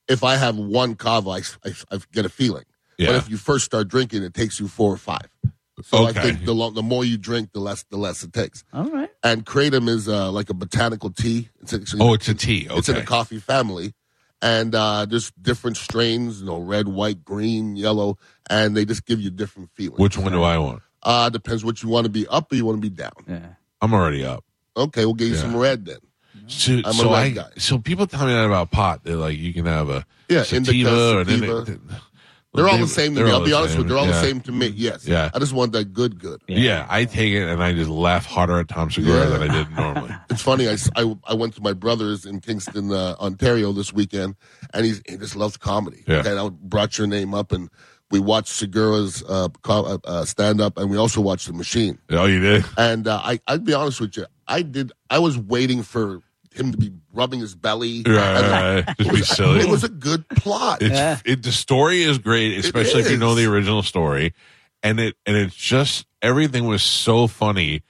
Speaker 3: if I have one kava, I, I, I get a feeling. But
Speaker 2: Yeah.
Speaker 3: if you first start drinking, it takes you four or five. So
Speaker 2: Okay.
Speaker 3: I think the, lo- the more you drink, the less the less it takes.
Speaker 4: All right.
Speaker 3: And kratom is uh, like a botanical tea. It's actually,
Speaker 2: Oh, it's a tea.
Speaker 3: it's in the
Speaker 2: Okay.
Speaker 3: coffee family, and uh, there's different strains. You know, red, white, green, yellow, and they just give you different feelings.
Speaker 2: Which one do I want?
Speaker 3: uh, depends what you want to be up or you want to be down.
Speaker 4: Yeah.
Speaker 2: I'm already up.
Speaker 3: Okay, we'll get you
Speaker 2: Yeah.
Speaker 3: some red then.
Speaker 2: So,
Speaker 3: Mm-hmm. I'm a
Speaker 2: so
Speaker 3: red
Speaker 2: I-
Speaker 3: guy.
Speaker 2: so people tell me that about pot. They're like, you can have a
Speaker 3: Yeah,
Speaker 2: sativa,
Speaker 3: indica,
Speaker 2: and then
Speaker 3: sativa.
Speaker 2: they-
Speaker 3: They're all
Speaker 2: they-
Speaker 3: the same to
Speaker 2: they're
Speaker 3: me.
Speaker 2: all
Speaker 3: I'll be
Speaker 2: the
Speaker 3: honest
Speaker 2: same.
Speaker 3: with you. They're all
Speaker 2: Yeah.
Speaker 3: the same to me. Yes.
Speaker 2: Yeah.
Speaker 3: I just want that good, good.
Speaker 2: Yeah. I take it and I just laugh harder at Tom Segura
Speaker 3: Yeah.
Speaker 2: than I did normally.
Speaker 3: It's funny. I, s- I- I went to my brother's in Kingston, uh, Ontario this weekend, and he's, he just loves comedy.
Speaker 2: Yeah.
Speaker 3: And I brought your name up, and we watched Segura's uh, co- uh, uh, stand up, and we also watched The Machine.
Speaker 2: oh, you did?
Speaker 3: And uh, I, I'd be honest with you, I did. I was waiting for him to be rubbing his belly. And, like,
Speaker 2: Right, right. Just be silly.
Speaker 3: It was a good plot.
Speaker 2: It's
Speaker 4: Yeah.
Speaker 2: it, the story is great, especially if you know the
Speaker 3: is.
Speaker 2: original story, and it and it's just everything was so funny,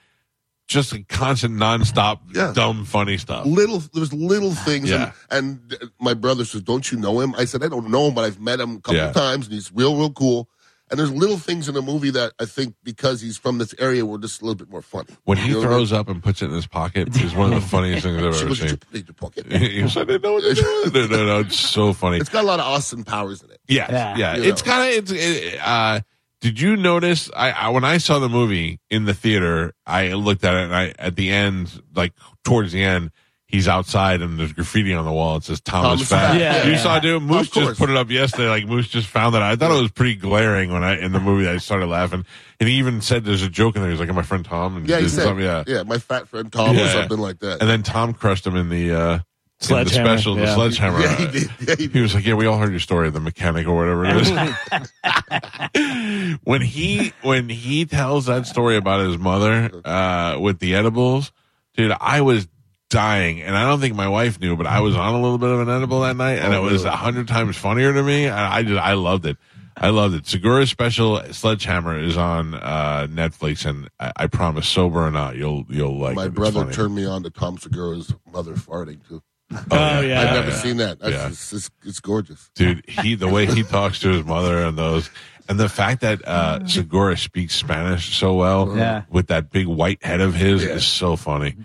Speaker 2: just a constant nonstop
Speaker 3: Yeah.
Speaker 2: dumb funny stuff.
Speaker 3: little there's little things
Speaker 2: Yeah.
Speaker 3: and, and my brother says don't you know him i said i don't know him but i've met him a couple
Speaker 2: Yeah.
Speaker 3: times and he's real real cool and there's little things in the movie that i think because he's from this area were just a little bit more funny
Speaker 2: When he
Speaker 3: You know what I
Speaker 2: throws up and puts it in his pocket is one of the funniest things I've
Speaker 3: mean? she
Speaker 2: ever
Speaker 3: was
Speaker 2: seen.
Speaker 3: in the pocket.
Speaker 2: He was like, I didn't know what to do. No, no, no, it's so funny.
Speaker 3: it's got a lot of austin powers in it
Speaker 2: Yes, yeah,
Speaker 4: Yeah.
Speaker 2: yeah.
Speaker 3: You
Speaker 2: It's
Speaker 3: know.
Speaker 2: kind of it's. It, uh, did you notice? I, I when I saw the movie in the theater, I looked at it and I at the end, like towards the end, he's outside and there's graffiti on the wall. It says Thomas,
Speaker 3: Thomas
Speaker 2: Fat.
Speaker 3: Fat.
Speaker 4: Yeah.
Speaker 2: you
Speaker 4: Yeah.
Speaker 2: saw it, dude. Moose just
Speaker 3: course.
Speaker 2: put it up yesterday. Like Moose just found that. I thought it was pretty glaring when I in the movie. I started laughing, and he even said there's a joke in there. He's like, "My friend Tom." And
Speaker 3: yeah he
Speaker 2: did
Speaker 3: said
Speaker 2: something,
Speaker 3: yeah.
Speaker 2: yeah.
Speaker 3: my fat friend tom
Speaker 2: Yeah.
Speaker 3: or something like that
Speaker 2: And then Tom crushed him in the uh, in the
Speaker 5: Sledgehammer,
Speaker 2: special, the
Speaker 5: yeah.
Speaker 2: sledgehammer.
Speaker 3: yeah he did yeah he
Speaker 2: He
Speaker 3: did
Speaker 2: was like, "Yeah, we all heard your story, the mechanic or whatever it is." when he when he tells that story about his mother uh, with the edibles, dude, I was dying, and I don't think my wife knew, but I was on a little bit of an edible that night,
Speaker 3: Oh,
Speaker 2: and it was a hundred times funnier to me. And I just I loved it. I loved it. Segura's special Sledgehammer is on uh, Netflix, and I, I promise, sober or not, you'll you'll like. it.
Speaker 3: my
Speaker 2: It's
Speaker 3: brother
Speaker 2: funny.
Speaker 3: turned me on to tom segura's mother farting too
Speaker 5: Oh, yeah.
Speaker 3: i've
Speaker 5: Yeah,
Speaker 3: never
Speaker 2: yeah.
Speaker 3: seen that That's
Speaker 2: Yeah.
Speaker 3: just- it's, it's gorgeous
Speaker 2: dude he the way he talks to his mother and those and the fact that uh segura speaks spanish so well
Speaker 4: Yeah.
Speaker 2: with that big white head of his
Speaker 3: Yeah.
Speaker 2: is so funny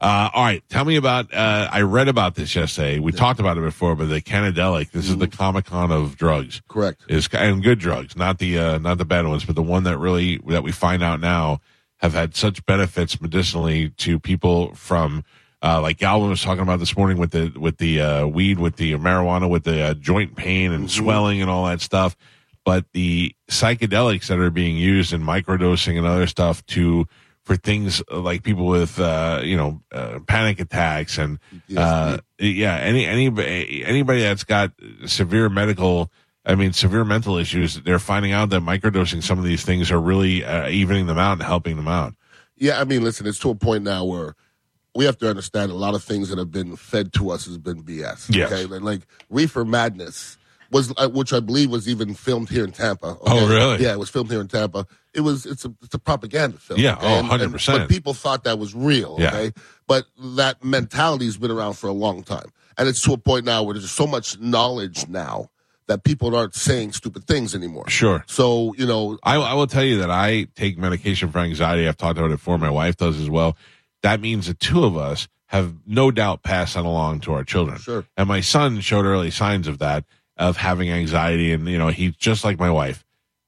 Speaker 2: uh all right tell me about uh i read about this yesterday we talked about it before but the canadelic this is the
Speaker 3: Mm-hmm.
Speaker 2: comic-con of drugs
Speaker 3: correct
Speaker 2: is and good drugs, not the uh, not the bad ones, but the one that really that we find out now have had such benefits medicinally to people from uh, like Galvin was talking about this morning with the with the uh, weed, with the marijuana, with the uh, joint pain and swelling and all that stuff. But the psychedelics that are being used in microdosing and other stuff to for things like people with uh, you know uh, panic attacks and uh, yeah any any anybody that's got severe medical I mean, severe mental issues. They're finding out that microdosing some of these things are really uh, evening them out and helping them out.
Speaker 3: Yeah, I mean, listen, it's to a point now where we have to understand a lot of things that have been fed to us has been BS.
Speaker 2: Yes.
Speaker 3: Okay, like, like Reefer Madness was, uh, which I believe was even filmed here in Tampa. okay?
Speaker 2: Oh, really?
Speaker 3: Yeah, it was filmed here in Tampa. It was it's a it's a propaganda film.
Speaker 2: Yeah, oh,
Speaker 3: And- and-
Speaker 2: 100%.
Speaker 3: But people thought that was real.
Speaker 2: Yeah.
Speaker 3: Okay, but that mentality's been around for a long time, and it's to a point now where there's so much knowledge now that people aren't saying stupid things anymore.
Speaker 2: Sure.
Speaker 3: So you know,
Speaker 2: I, I will tell you that I take medication for anxiety. I've talked about it before. My wife does as well. That means the two of us have no doubt passed that along to our children.
Speaker 3: Sure.
Speaker 2: And my son showed early signs of that, of having anxiety. And, you know, he's just like my wife.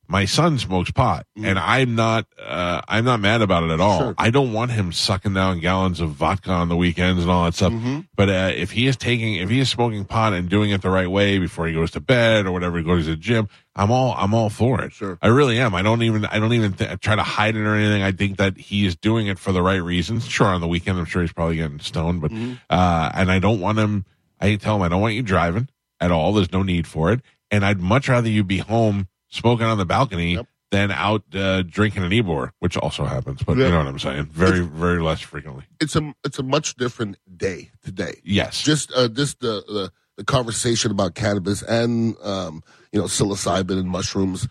Speaker 2: My son smokes pot and I'm not, uh, I'm not mad about it at all.
Speaker 3: Sure.
Speaker 2: I don't want him sucking down gallons of vodka on the weekends and all that
Speaker 3: Mm.
Speaker 2: stuff.
Speaker 3: Mm-hmm.
Speaker 2: But, uh, if he is taking, if he is smoking pot and doing it the right way before he goes to bed or whatever, he goes to the gym, I'm all, I'm all for it.
Speaker 3: Sure.
Speaker 2: I really am. I don't even I don't even th- try to hide it or anything. I think that he is doing it for the right reasons. Sure, on the weekend I'm sure he's probably getting stoned, but
Speaker 3: Mm-hmm.
Speaker 2: uh, and I don't want him. I tell him I don't want you driving at all. There's no need for it, and I'd much rather you be home smoking on the balcony
Speaker 3: Yep.
Speaker 2: than out uh, drinking an Ebor, which also happens. But you
Speaker 3: Yeah.
Speaker 2: know what I'm saying? Very very less frequently.
Speaker 3: it's a it's a much different day today.
Speaker 2: Yes.
Speaker 3: just uh, just the, the the conversation about cannabis and um, you know psilocybin and mushrooms.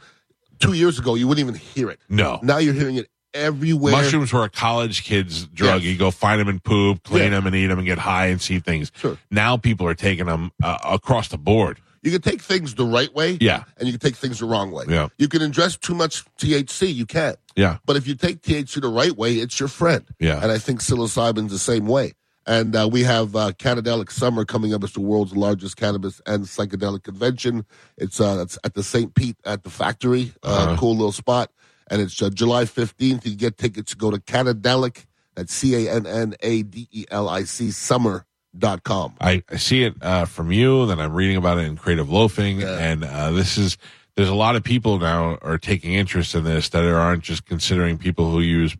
Speaker 3: Two years ago, you wouldn't even hear it.
Speaker 2: no.
Speaker 3: Now you're hearing it everywhere.
Speaker 2: Mushrooms were a college kid's drug.
Speaker 3: Yes.
Speaker 2: You go find them and poop, clean
Speaker 3: Yeah.
Speaker 2: them and eat them and get high and see things.
Speaker 3: Sure.
Speaker 2: Now people are taking them uh, across the board.
Speaker 3: You can take things the right way,
Speaker 2: Yeah.
Speaker 3: and you can take things the wrong way.
Speaker 2: Yeah.
Speaker 3: You can ingest too much THC, you can't.
Speaker 2: Yeah.
Speaker 3: But if you take THC the right way, it's your friend.
Speaker 2: Yeah.
Speaker 3: And I think psilocybin's the same way. And uh, we have uh, Cannadelic Summer coming up. It's the world's largest cannabis and psychedelic convention. It's uh, it's at the St. Pete at the factory. Uh,
Speaker 2: Uh-huh.
Speaker 3: Cool little spot. And it's uh, July 15th. You can get tickets. Go to Cannadelic. That's C A N N A D E L I C summer.com.
Speaker 2: I, I see it uh, from you, then I'm reading about it in Creative Loafing, and uh, this is there's a lot of people now are taking interest in this that aren't just considering people who use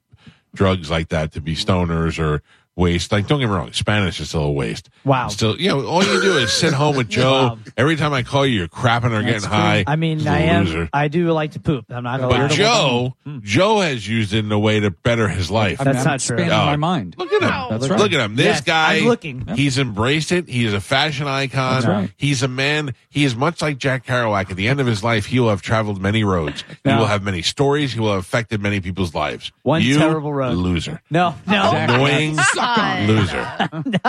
Speaker 2: drugs like that to be stoners or waste. Like, don't get me wrong, Spanish is still a waste.
Speaker 4: Wow.
Speaker 2: still, you know, all you do is sit home with Joe.
Speaker 4: Wow.
Speaker 2: Every time I call you, you're crapping or getting high.
Speaker 4: I mean,
Speaker 2: He's a
Speaker 4: I am.
Speaker 2: loser.
Speaker 4: I do like to poop. I'm not gonna
Speaker 2: But
Speaker 4: lie.
Speaker 2: Joe, Joe has used it in a way to better his life.
Speaker 4: That's not true.
Speaker 6: expanding
Speaker 2: Oh.
Speaker 6: my mind.
Speaker 2: Look at him.
Speaker 6: That's right.
Speaker 2: Look at him. This
Speaker 4: Yes,
Speaker 2: guy.
Speaker 4: I'm looking.
Speaker 2: He's embraced it. He is a fashion icon.
Speaker 6: That's right.
Speaker 2: He's a man. He is much like Jack Kerouac. At the end of his life, he will have traveled many roads. He
Speaker 6: Now-
Speaker 2: will have many stories. He will have affected many people's lives.
Speaker 4: One
Speaker 2: you,
Speaker 4: terrible road.
Speaker 2: Loser.
Speaker 4: No, no.
Speaker 2: Annoying loser.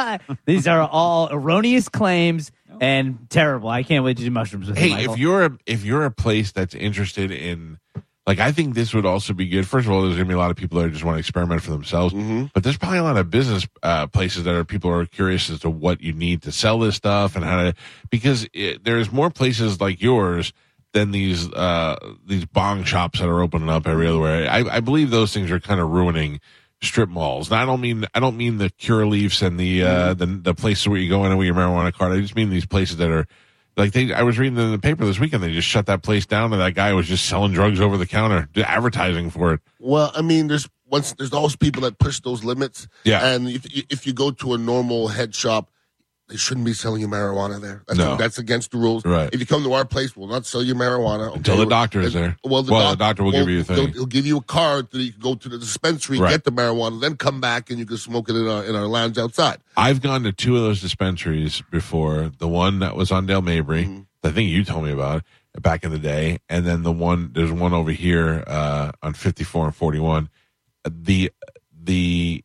Speaker 4: These are all erroneous claims and terrible. I can't wait to do mushrooms with you,
Speaker 2: Hey,
Speaker 4: Michael.
Speaker 2: if you're a, if you're a place that's interested in like I think this would also be good. First of all, there's going to be a lot of people that just want to experiment for themselves, but there's probably a lot of business uh, places that are people are curious as to what you need to sell this stuff and how to because it, there's more places like yours than these uh, these bong shops that are opening up every other way. I, I believe those things are kind of ruining strip malls. And I don't mean I don't mean the cure leaves and the uh, the the places where you go in and with your marijuana card. I just mean these places that are like they I was reading in the paper this weekend they just shut that place down and that guy was just selling drugs over the counter, d- advertising for it.
Speaker 3: Well, I mean, there's once there's always people that push those limits.
Speaker 2: Yeah.
Speaker 3: And if, if you go to a normal head shop, they shouldn't be selling you marijuana there. That's,
Speaker 2: No.
Speaker 3: that's against the rules.
Speaker 2: Right.
Speaker 3: If you come to our place, we'll not sell you marijuana okay?
Speaker 2: Until the doctor is
Speaker 3: And-
Speaker 2: there.
Speaker 3: Well, the,
Speaker 2: Well,
Speaker 3: doc-
Speaker 2: the doctor will give you a thing.
Speaker 3: He'll, he'll give you a card that you can go to the dispensary,
Speaker 2: Right.
Speaker 3: get the marijuana, then come back and you can smoke it in our, in our lounge outside.
Speaker 2: I've gone to two of those dispensaries before. The one that was on Dale Mabry, I think you told me about it back in the day, and then the one there's one over here uh, on 54 and 41. The the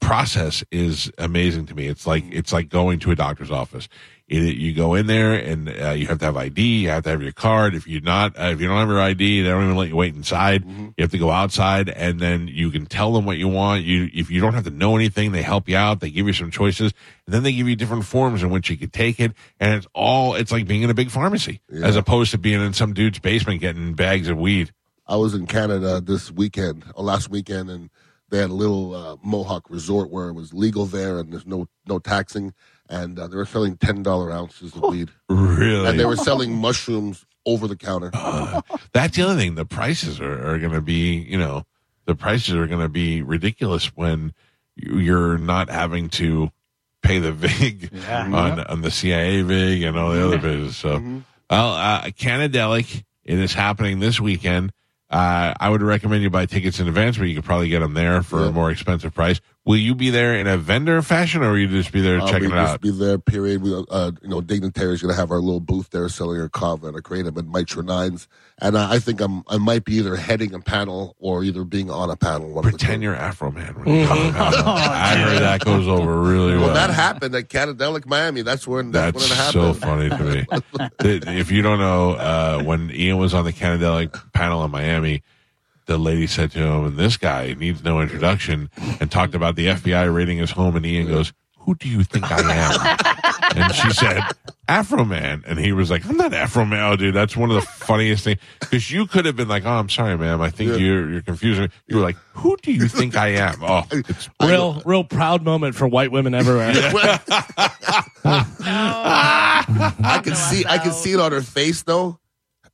Speaker 2: process is amazing to me. It's like
Speaker 3: Mm-hmm.
Speaker 2: it's like going to a doctor's office. It, you go in there and uh, you have to have ID. You have to have your card. If you're not, uh, if you don't have your ID, they don't even let you wait inside.
Speaker 3: Mm-hmm.
Speaker 2: You have to go outside, and then you can tell them what you want. You if you don't have to know anything, they help you out. They give you some choices, and then they give you different forms in which you could take it. And it's all it's like being in a big pharmacy as opposed to being in some dude's basement getting bags of weed.
Speaker 3: I was in Canada this weekend or last weekend, and they had a little uh, Mohawk resort where it was legal there, and there's no no taxing, and uh, they were selling ten dollar ounces of weed,
Speaker 2: Really, Uh,
Speaker 3: and they were selling mushrooms over the counter.
Speaker 2: That's the other thing. The prices are, are going to be, you know, the prices are going to be ridiculous when you- you're not having to pay the vig on on the CIA vig and all the other business. So,
Speaker 3: Mm-hmm.
Speaker 2: well, uh, Canadelic, it is happening this weekend. Uh, I would recommend you buy tickets in advance, but you could probably get them there for
Speaker 3: Yeah.
Speaker 2: a more expensive price. Will you be there in a vendor fashion, or will you just be there
Speaker 3: Uh,
Speaker 2: checking
Speaker 3: we
Speaker 2: it
Speaker 3: just
Speaker 2: out?
Speaker 3: Be there. Period. We, uh, you know, Dignitary's gonna have our little booth there selling our kava and our kratom and mitra nines, and I, I think I'm I might be either heading a panel or either being on a panel. One of the
Speaker 2: Pretend
Speaker 3: two.
Speaker 2: you're Afro Man. When you come out. I heard that goes over really well.
Speaker 3: Mm-hmm. Oh, Well, that happened at Catadelic Miami. That's when that's,
Speaker 2: uh, That's
Speaker 3: when it
Speaker 2: so funny
Speaker 3: happened.
Speaker 2: to me. Th- if you don't know, uh, when Ian was on the Canadelic panel in Miami, the lady said to him, and this guy needs no introduction, and talked about the FBI raiding his home, and Ian goes, who do you think I am? and she said, Afro Man. And he was like, I'm not Afro Man. Oh, dude, that's one of the funniest things. Because you could have been like, oh, I'm sorry, ma'am. I think you're, you're confusing me. You were like, who do you think I am? Oh, it's
Speaker 5: Real, real proud moment for white women everywhere.
Speaker 3: I can see I can see it on her face though.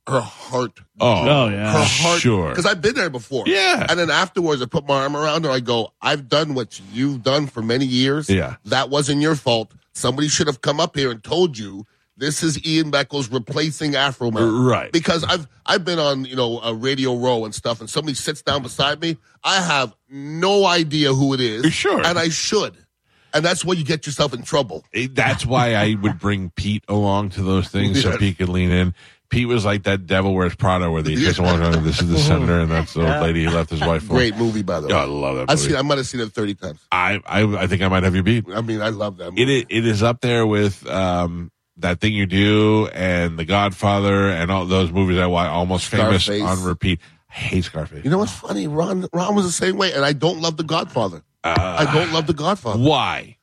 Speaker 3: Her heart.
Speaker 2: Oh,
Speaker 5: Oh, yeah.
Speaker 3: Her heart.
Speaker 2: sure.
Speaker 3: Because I've been there before.
Speaker 2: Yeah.
Speaker 3: And then afterwards, I put my arm around her. I go, I've done what you've done for many years.
Speaker 2: Yeah.
Speaker 3: That wasn't your fault. Somebody should have come up here and told you. This is Ian Beckles replacing Afro Man,
Speaker 2: Right.
Speaker 3: Because I've I've been on you know a Radio Row and stuff, and somebody sits down beside me. I have no idea who it is,
Speaker 2: Sure.
Speaker 3: and I should, and that's where you get yourself in trouble.
Speaker 2: it- that's why I would bring Pete along to those things so Pete could lean in. Pete was like that devil wears Prada where he doesn't walk around. This is the senator, and that's the old lady he left his wife for.
Speaker 3: Great movie, by the way.
Speaker 2: Yeah, I love that
Speaker 3: I've
Speaker 2: movie.
Speaker 3: seen. I might have seen it thirty times.
Speaker 2: I, I, I think I might have you beat.
Speaker 3: I mean, I love that. Movie.
Speaker 2: It, i- it is up there with um, that thing you do and The Godfather and all those movies I watch, almost famous
Speaker 3: Scarface.
Speaker 2: on repeat. I hate Scarface.
Speaker 3: You know what's funny? Ron Ron was the same way, and I don't love The Godfather. I don't love The Godfather.
Speaker 2: Uh, Why?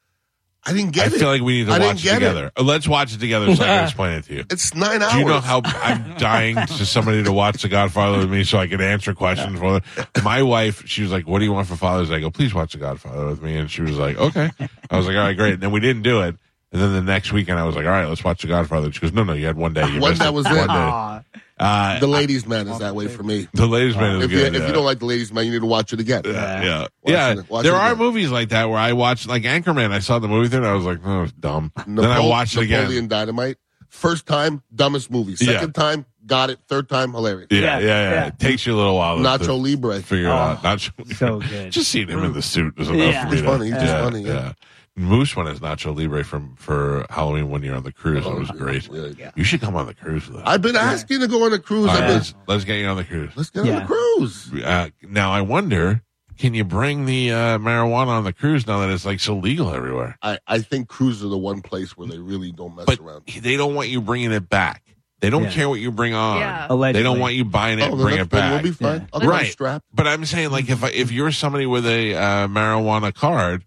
Speaker 3: I didn't get
Speaker 2: I
Speaker 3: it.
Speaker 2: feel like we need to
Speaker 3: I didn't
Speaker 2: watch it
Speaker 3: get
Speaker 2: together. Uh, Let's watch it together so I can explain it to you.
Speaker 3: It's nine hours.
Speaker 2: Do you know how I'm dying to somebody to watch The Godfather with me so I can answer questions for them? My wife, she was like, What do you want for Father's Day? I go, Please watch The Godfather with me. And she was like, Okay. I was like, All right, great. And then we didn't do it. And then the next weekend, I was like, All right, let's watch The Godfather. She goes, No, no, you had one day. You
Speaker 3: One
Speaker 2: missed
Speaker 3: day
Speaker 2: it.
Speaker 3: was it.
Speaker 2: One day.
Speaker 4: Aw.
Speaker 2: Uh,
Speaker 3: the ladies' man is that way for me.
Speaker 2: the ladies' man is
Speaker 3: If you,
Speaker 2: good.
Speaker 3: if
Speaker 2: yeah.
Speaker 3: you don't like the ladies' man, you need to watch it again.
Speaker 2: yeah, yeah.
Speaker 3: Watch
Speaker 2: Yeah,
Speaker 3: it- watch
Speaker 2: there
Speaker 3: it
Speaker 2: are
Speaker 3: again.
Speaker 2: movies like that where I watched, like Anchorman. I saw it in the movie theater. I was like, "No, it's dumb." then I
Speaker 3: Napole-
Speaker 2: watched it again.
Speaker 3: Napoleon Dynamite. First time, dumbest movie.
Speaker 2: Yeah.
Speaker 3: Second time, got it. Third time, hilarious.
Speaker 2: Yeah, yeah, yeah.
Speaker 4: Yeah,
Speaker 2: Oh.
Speaker 4: yeah.
Speaker 2: It takes you a little while to-
Speaker 3: Nacho
Speaker 2: to
Speaker 3: Libre.
Speaker 2: figure it out. Nacho,
Speaker 4: so good.
Speaker 2: just seeing him in the suit is enough
Speaker 4: Yeah.
Speaker 2: for me.
Speaker 3: He's
Speaker 2: to-
Speaker 3: funny. He's just funny. Yeah.
Speaker 2: Moose went as Nacho Libre from for Halloween one year on the cruise. That was great.
Speaker 3: Oh, Yeah.
Speaker 2: You should come on the cruise with us.
Speaker 3: I've been asking to go on a cruise.
Speaker 2: All right,
Speaker 3: I've been,
Speaker 2: let's, let's get you on the cruise.
Speaker 3: let's get on
Speaker 4: Yeah.
Speaker 3: a cruise.
Speaker 2: Uh, now I wonder, can you bring the uh, marijuana on the cruise now that it's like so legal everywhere?
Speaker 3: I, I think cruises are the one place where they really don't mess
Speaker 2: but
Speaker 3: around.
Speaker 2: they don't want you bringing it back. They don't
Speaker 4: Yeah.
Speaker 2: care what you bring on.
Speaker 6: Yeah.
Speaker 4: Allegedly.
Speaker 2: They don't want you buying it.
Speaker 3: Oh, then
Speaker 2: bring
Speaker 3: that's
Speaker 2: it
Speaker 3: fine. We'll
Speaker 2: back.
Speaker 3: be fine.
Speaker 4: Yeah.
Speaker 3: I'll get my
Speaker 2: Right.
Speaker 3: strap.
Speaker 2: But I'm saying, like, if I, if you're somebody with a uh, marijuana card,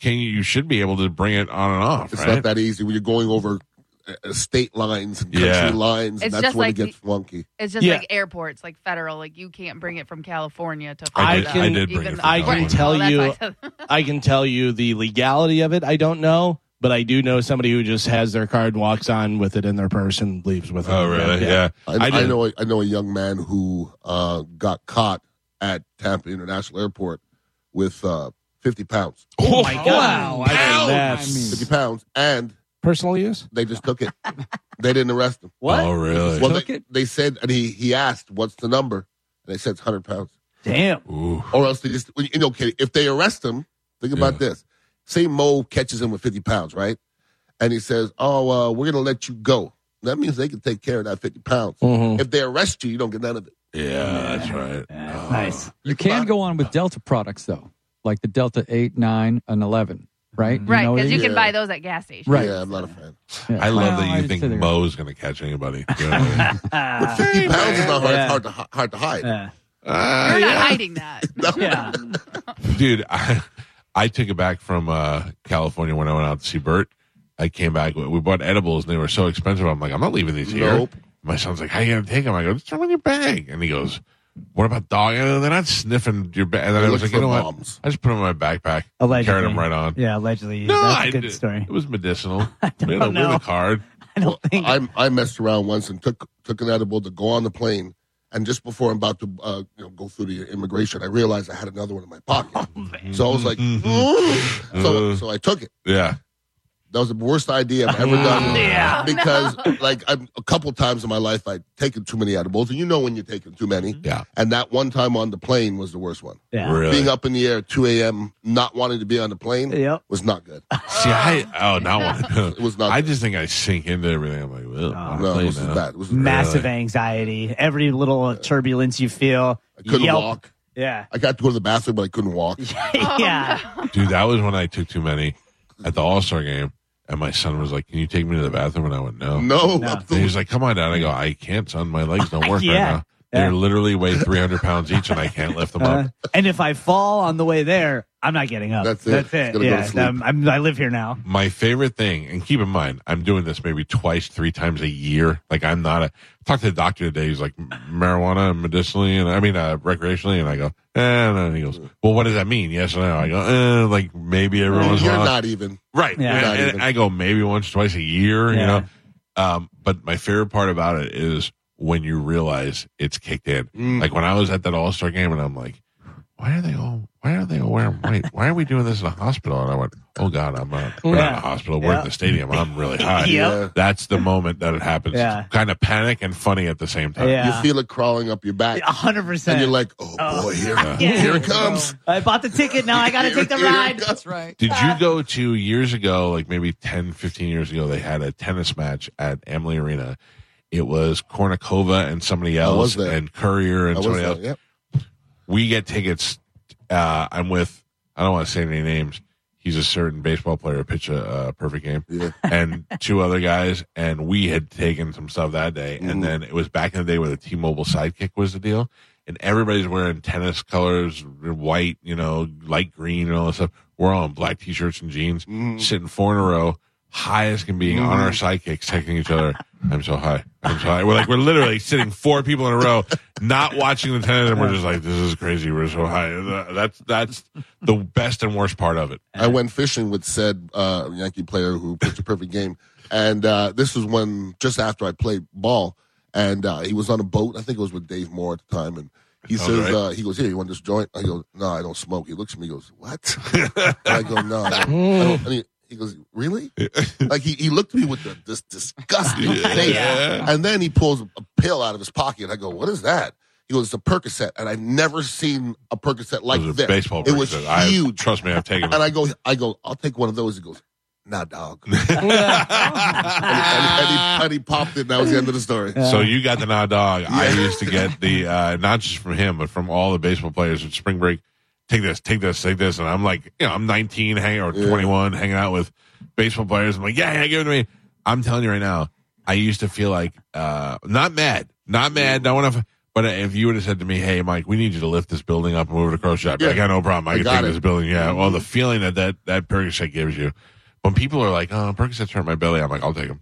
Speaker 2: can you, you should be able to bring it on and off,
Speaker 3: It's
Speaker 2: right?
Speaker 3: not that easy when you're going over uh, state lines and country
Speaker 2: Yeah.
Speaker 3: lines. And
Speaker 6: It's
Speaker 3: that's
Speaker 6: just
Speaker 3: when
Speaker 6: like
Speaker 3: it gets wonky.
Speaker 6: It's just
Speaker 5: Yeah.
Speaker 6: like airports, like federal, like you can't bring it from California to
Speaker 2: I
Speaker 6: Florida.
Speaker 5: did- I
Speaker 2: did bring
Speaker 6: Even
Speaker 2: it from
Speaker 6: though-
Speaker 5: I can
Speaker 6: Right.
Speaker 5: tell
Speaker 6: Oh, that's
Speaker 5: you-
Speaker 6: why I said-
Speaker 5: I can tell you the legality of it. I don't know, but I do know somebody who just has their card, walks on with it in their purse, and leaves with it.
Speaker 2: oh, really? Yeah.
Speaker 3: I,
Speaker 2: I
Speaker 3: I,
Speaker 2: did-
Speaker 3: know. A, I know a young man who uh, got caught at Tampa International Airport with uh, 50 pounds.
Speaker 2: Oh,
Speaker 4: my God. Wow.
Speaker 5: I
Speaker 2: Ow.
Speaker 5: mean, that's
Speaker 6: Mm.
Speaker 3: 50 pounds, and
Speaker 5: personal use.
Speaker 3: they just took it. they didn't arrest him.
Speaker 2: Oh, really?
Speaker 3: Well,
Speaker 7: Took
Speaker 3: they,
Speaker 7: it?
Speaker 3: they said, and he, he asked, "What's the number?" And they said, "It's 100 pounds."
Speaker 4: Damn.
Speaker 2: Ooh.
Speaker 3: Or else they just, you know, okay, if they arrest him, think
Speaker 2: Yeah.
Speaker 3: about this. Say Mo catches him with 50 pounds, right? And he says, Oh, uh, we're going to let you go. That means they can take care of that 50 pounds.
Speaker 2: Mm-hmm.
Speaker 3: If they arrest you, you don't get none of it.
Speaker 2: Yeah, that's right. Oh.
Speaker 4: Nice.
Speaker 7: You can go on with Delta products though, like the Delta eight, nine, and eleven, right?
Speaker 6: right, because you
Speaker 7: these?
Speaker 6: can
Speaker 3: Yeah.
Speaker 6: buy those at gas stations.
Speaker 7: Right.
Speaker 3: Yeah, I'm not a fan.
Speaker 7: Yeah.
Speaker 2: I love
Speaker 7: Well,
Speaker 2: that you
Speaker 7: just
Speaker 2: think
Speaker 7: said they were-
Speaker 2: Mo's going to catch anybody. You know what I mean?
Speaker 4: Ah,
Speaker 3: 50 pounds is not hard,
Speaker 4: Yeah.
Speaker 3: hard, to, hi- hard to hide.
Speaker 4: yeah.
Speaker 6: You're not hiding that.
Speaker 4: Yeah.
Speaker 2: Uh, dude i i took it back from uh california when i went out to see bert i came back we bought edibles and they were so expensive i'm like i'm not leaving these here
Speaker 3: Nope.
Speaker 2: my son's like how you gonna take them i go just throw them in your bag and he goes what about dog and they're not sniffing your bag and then i
Speaker 3: They
Speaker 2: was
Speaker 3: look
Speaker 2: like you know
Speaker 3: for
Speaker 2: what
Speaker 3: bombs.
Speaker 2: i just put them in my backpack
Speaker 4: Allegedly.
Speaker 2: carried them right on
Speaker 4: Yeah, allegedly.
Speaker 2: no
Speaker 4: That's
Speaker 2: I
Speaker 4: a good
Speaker 2: did-
Speaker 4: story.
Speaker 2: it was medicinal I
Speaker 4: don't
Speaker 2: we, had a, we had a
Speaker 4: know.
Speaker 2: card
Speaker 4: I don't think.
Speaker 3: I, I messed around once and took took an edible to go on the plane. And just before I'm about to uh, you know, go through the immigration, I realized I had another one in my pocket. So I was like, "Ooh."
Speaker 2: Uh.
Speaker 3: so, so I took it.
Speaker 2: Mm-hmm. yeah
Speaker 3: That was the worst idea I've ever
Speaker 2: Mm.
Speaker 3: done.
Speaker 6: Yeah.
Speaker 3: Because like I'm, a couple times in my life I'd taken too many edibles, and you know when you're taking too many.
Speaker 2: Mm-hmm. Yeah.
Speaker 3: And that one time on the plane was the worst one.
Speaker 4: yeah.
Speaker 2: really
Speaker 3: Being up in the air at 2 a.m., not wanting to be on the plane
Speaker 4: Yep.
Speaker 3: was not good.
Speaker 2: see i oh not one
Speaker 3: It was not.
Speaker 2: i
Speaker 3: good.
Speaker 2: just think i sink into everything i'm like well, I'm
Speaker 3: no, it
Speaker 2: playing
Speaker 3: was
Speaker 2: now.
Speaker 3: bad. It was
Speaker 4: Massive anxiety. Every little turbulence you feel.
Speaker 3: I couldn't
Speaker 4: yelp.
Speaker 3: walk.
Speaker 4: Yeah.
Speaker 3: I got to go to the bathroom, but I couldn't walk.
Speaker 4: yeah.
Speaker 2: Dude, that was when I took too many at the All Star game, and my son was like, "Can you take me to the bathroom?" And I went, "No."
Speaker 3: No,
Speaker 4: No.
Speaker 2: And he
Speaker 3: absolutely.
Speaker 2: was like, "Come on, Dad." I go, "I can't, son. My legs don't work
Speaker 4: Yeah.
Speaker 2: right now. They're
Speaker 4: Yeah.
Speaker 2: literally weigh three hundred pounds each, and I can't lift them
Speaker 4: Uh,
Speaker 3: Uh-huh.
Speaker 2: up."
Speaker 4: and if I fall on the way there, I'm not getting up.
Speaker 3: That's it.
Speaker 4: That's
Speaker 3: It's gonna
Speaker 4: it.
Speaker 3: go to
Speaker 4: Yeah.
Speaker 3: sleep.
Speaker 4: I'm, I'm, I live here now.
Speaker 2: My favorite thing, and keep in mind, I'm doing this maybe twice, three times a year. Like I'm not a. I talked to the doctor today. He's like marijuana medicinally, and I mean uh, recreationally, and I go, eh, and he goes, "Well, what does that mean?" Yes or no? I go, eh, like maybe everyone's
Speaker 3: You're not even.
Speaker 2: Right.
Speaker 4: Yeah.
Speaker 2: And-
Speaker 3: Not
Speaker 2: and
Speaker 3: even.
Speaker 2: I go maybe once, twice a year, you
Speaker 4: Yeah.
Speaker 2: know. Um, but my favorite part about it is when you realize it's kicked in.
Speaker 3: Mm.
Speaker 2: Like when I was at that All Star game and I'm like, why are they all why are they all wearing white? Why are we doing this in a hospital? And I went, Oh God, I'm not we're not in
Speaker 4: Yeah.
Speaker 2: a hospital, we're in
Speaker 4: Yeah.
Speaker 2: the stadium, I'm really high.
Speaker 4: Yep.
Speaker 2: That's the moment that it happens.
Speaker 4: Yeah.
Speaker 2: Kind of panic and funny at the same time.
Speaker 4: Yeah.
Speaker 3: You feel it crawling up your back,
Speaker 4: A hundred percent.
Speaker 3: and you're like, "Oh,
Speaker 4: Oh.
Speaker 3: boy, here,
Speaker 4: Yeah.
Speaker 3: here it comes."
Speaker 4: I bought the ticket. Now I got to
Speaker 3: Here-
Speaker 4: take the
Speaker 3: here it
Speaker 4: ride.
Speaker 3: comes.
Speaker 7: right.
Speaker 2: Did you go to years ago, like maybe 10, 15 years ago, they had a tennis match at Amalie Arena. It was Kornikova and somebody
Speaker 3: I was
Speaker 2: else
Speaker 3: there.
Speaker 2: and Courier and
Speaker 3: I was
Speaker 2: somebody
Speaker 3: there,
Speaker 2: else.
Speaker 3: yep.
Speaker 2: We get tickets. Uh, I'm with, I don't want to say any names. he's a certain baseball player pitch a uh, perfect game,
Speaker 3: Yeah.
Speaker 2: and two other guys, and we had taken some stuff that day, and then it was back in the day where the T-Mobile Sidekick was the deal, and everybody's wearing tennis colors, white, you know, light green, and all this stuff. We're all in black T-shirts and jeans,
Speaker 3: Mm-hmm.
Speaker 2: sitting four in a row. High as can be on our sidekicks, texting each other. I'm so high. I'm so high. We're like, we're literally sitting four people in a row, not watching the tennis, and we're just like, this is crazy. We're so high. That's that's the best and worst part of it.
Speaker 3: I went fishing with said uh, Yankee player who pitched a perfect game, and uh, this was when just after I played ball, and uh, he was on a boat. I think it was with Dave Moore at the time, and he
Speaker 2: All
Speaker 3: says
Speaker 2: Oh, right.
Speaker 3: uh, he goes, "Here, you want this joint?" I go, "No, I don't smoke." He looks at me, he goes, "What?" And I go, "No." I don't, I don't," and he, he goes, "Really?" like he, he looked at me with the, this disgusting face, and then he pulls a pill out of his pocket, and I go, "What is that?" He goes, "It's a Percocet," and I've never seen a Percocet like
Speaker 2: it was a
Speaker 3: this.
Speaker 2: baseball.
Speaker 3: it was
Speaker 2: bracelet. I-
Speaker 3: huge.
Speaker 2: trust me, I've taken.
Speaker 3: And
Speaker 2: it.
Speaker 3: I go, I go, I'll take one of those. He goes, nah, dog. and, and- and he, and he popped it, and that was the end of the story.
Speaker 2: so you got the nah dog. I used to get the uh, not just from him, but from all the baseball players at spring break. Take this, take this, take this, and I'm like, you know, I'm 19, hanging or 21, hanging out with baseball players. I'm like, yeah, yeah, give it to me. I'm telling you right now, I used to feel like uh, not mad, not mad, not want to. But if you would have said to me, "Hey, Mike, we need you to lift this building up and move it across," shop,"
Speaker 3: Yeah.
Speaker 2: I got no problem. I,
Speaker 3: I
Speaker 2: can
Speaker 3: got
Speaker 2: take
Speaker 3: it. Mm-hmm.
Speaker 2: this building. Yeah. Well, the feeling that that that Percocet gives you, when people are like, "Oh, Percocets hurt my belly," I'm like, "I'll take them.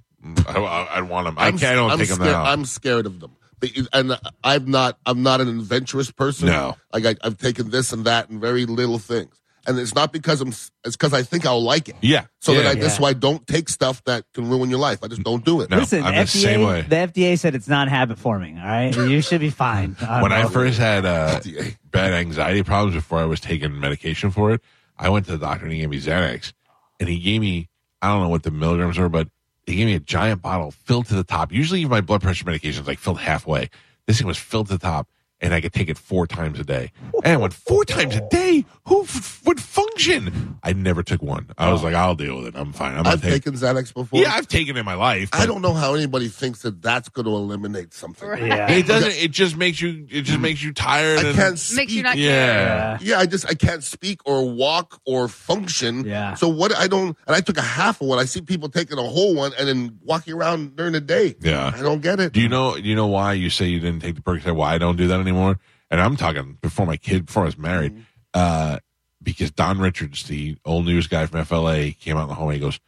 Speaker 2: I, I, I want them. I
Speaker 3: I'm-
Speaker 2: can't. I don't
Speaker 3: I'm
Speaker 2: take them
Speaker 3: scared,
Speaker 2: now."
Speaker 3: I'm scared of them. But you- And I'm not, I'm not an adventurous person.
Speaker 2: No.
Speaker 3: Like I, I've taken this and that and very little things. And it's not because I'm, s- it's because I think I'll like it.
Speaker 2: yeah.
Speaker 3: So
Speaker 2: yeah.
Speaker 3: that I, that's why I don't take stuff that can ruin your life. I just don't do it.
Speaker 2: No,
Speaker 4: Listen,
Speaker 2: I'm
Speaker 4: FDA,
Speaker 2: the same way.
Speaker 4: the FDA said it's not habit forming. All right, you should be fine.
Speaker 2: when I
Speaker 4: know.
Speaker 2: first had uh,
Speaker 3: FDA.
Speaker 2: bad anxiety problems before I was taking medication for it, I went to the doctor and he gave me Xanax, and he gave me I don't know what the milligrams were, but he gave me a giant bottle filled to the top. Usually, my blood pressure medication is like filled halfway. This thing was filled to the top, and I could take it four times a day. And I went four times a day. Who f- would function? I never took one. I was like, I'll deal with it. I'm fine. I'm not
Speaker 3: Oh. I've
Speaker 2: taking.
Speaker 3: taken Xanax before.
Speaker 2: Yeah, I've taken it in my life.
Speaker 3: I
Speaker 2: but-
Speaker 3: don't know how anybody thinks that that's going to eliminate something.
Speaker 4: yeah,
Speaker 2: It doesn't. It just makes you. It just makes you tired.
Speaker 3: Mm. I
Speaker 2: and,
Speaker 3: can't
Speaker 6: Makes you
Speaker 3: speak
Speaker 6: not
Speaker 2: Yeah.
Speaker 4: yeah.
Speaker 3: Yeah, I just I can't speak or walk or function.
Speaker 4: Yeah.
Speaker 3: So what I don't and I took a half of one. I see people taking a whole one and then walking around during the day.
Speaker 2: Yeah.
Speaker 3: I don't get it.
Speaker 2: Do you know? Do you know why you say you didn't take the Percocet? Why I don't do that anymore? And I'm talking before my kid, before I was married, uh, because Don Richards, the old news guy from FLA, came out in the hallway. He goes,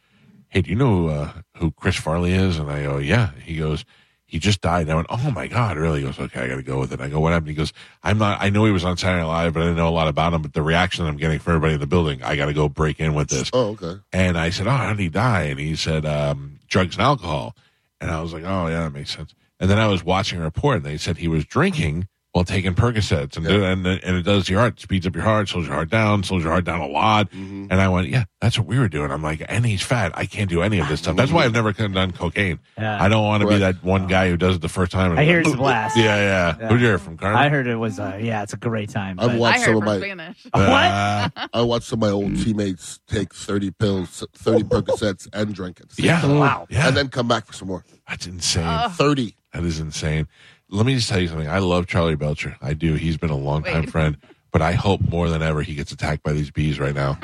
Speaker 2: "Hey, do you know uh, who Chris Farley is?" And I go, "Yeah." He goes, "He just died." And I went, "Oh my god, really?" He goes, "Okay, I got to go with it." I go, "What happened?" He goes, "I'm not. I know he was on Saturday Night Live, but I didn't know a lot about him. But the reaction I'm getting from everybody in the building, I got to go break in with this."
Speaker 3: Oh, okay.
Speaker 2: And I said, Oh, how did he die? And he said, um, drugs and alcohol. And I was like, Oh, yeah, that makes sense. And then I was watching a report and they said he was drinking while taking Percocets. And, and, and it does your heart, speeds up your heart, slows your heart down, slows your heart down a lot.
Speaker 3: Mm-hmm.
Speaker 2: And I went, Yeah, that's what we were doing. I'm like, And he's fat. I can't do any of this stuff. That's why I've never done cocaine.
Speaker 4: Yeah.
Speaker 2: I don't want to be
Speaker 3: Correct.
Speaker 2: that one guy who does it the first time. and
Speaker 4: I
Speaker 2: goes,
Speaker 4: hear it's a blast.
Speaker 2: Yeah, yeah.
Speaker 4: Yeah.
Speaker 2: Who'd you hear from, Carmen?
Speaker 4: I heard it was. Uh, yeah, it's a great time.
Speaker 3: I've
Speaker 4: but-
Speaker 3: watched
Speaker 6: I
Speaker 3: some
Speaker 6: heard
Speaker 3: of
Speaker 6: we're
Speaker 3: my
Speaker 6: Spanish.
Speaker 2: Uh,
Speaker 3: I watched some of my
Speaker 2: Mm.
Speaker 3: old teammates take thirty pills, thirty Percocets, and drink it.
Speaker 2: yeah.
Speaker 4: Wow.
Speaker 2: Yeah.
Speaker 3: And then come back for some more.
Speaker 2: that's insane.
Speaker 3: Thirty.
Speaker 2: That is insane. Let me just tell you something. I love Charlie Belcher. I do. He's been a longtime
Speaker 6: Wait.
Speaker 2: friend, but I hope more than ever he gets attacked by these bees right now.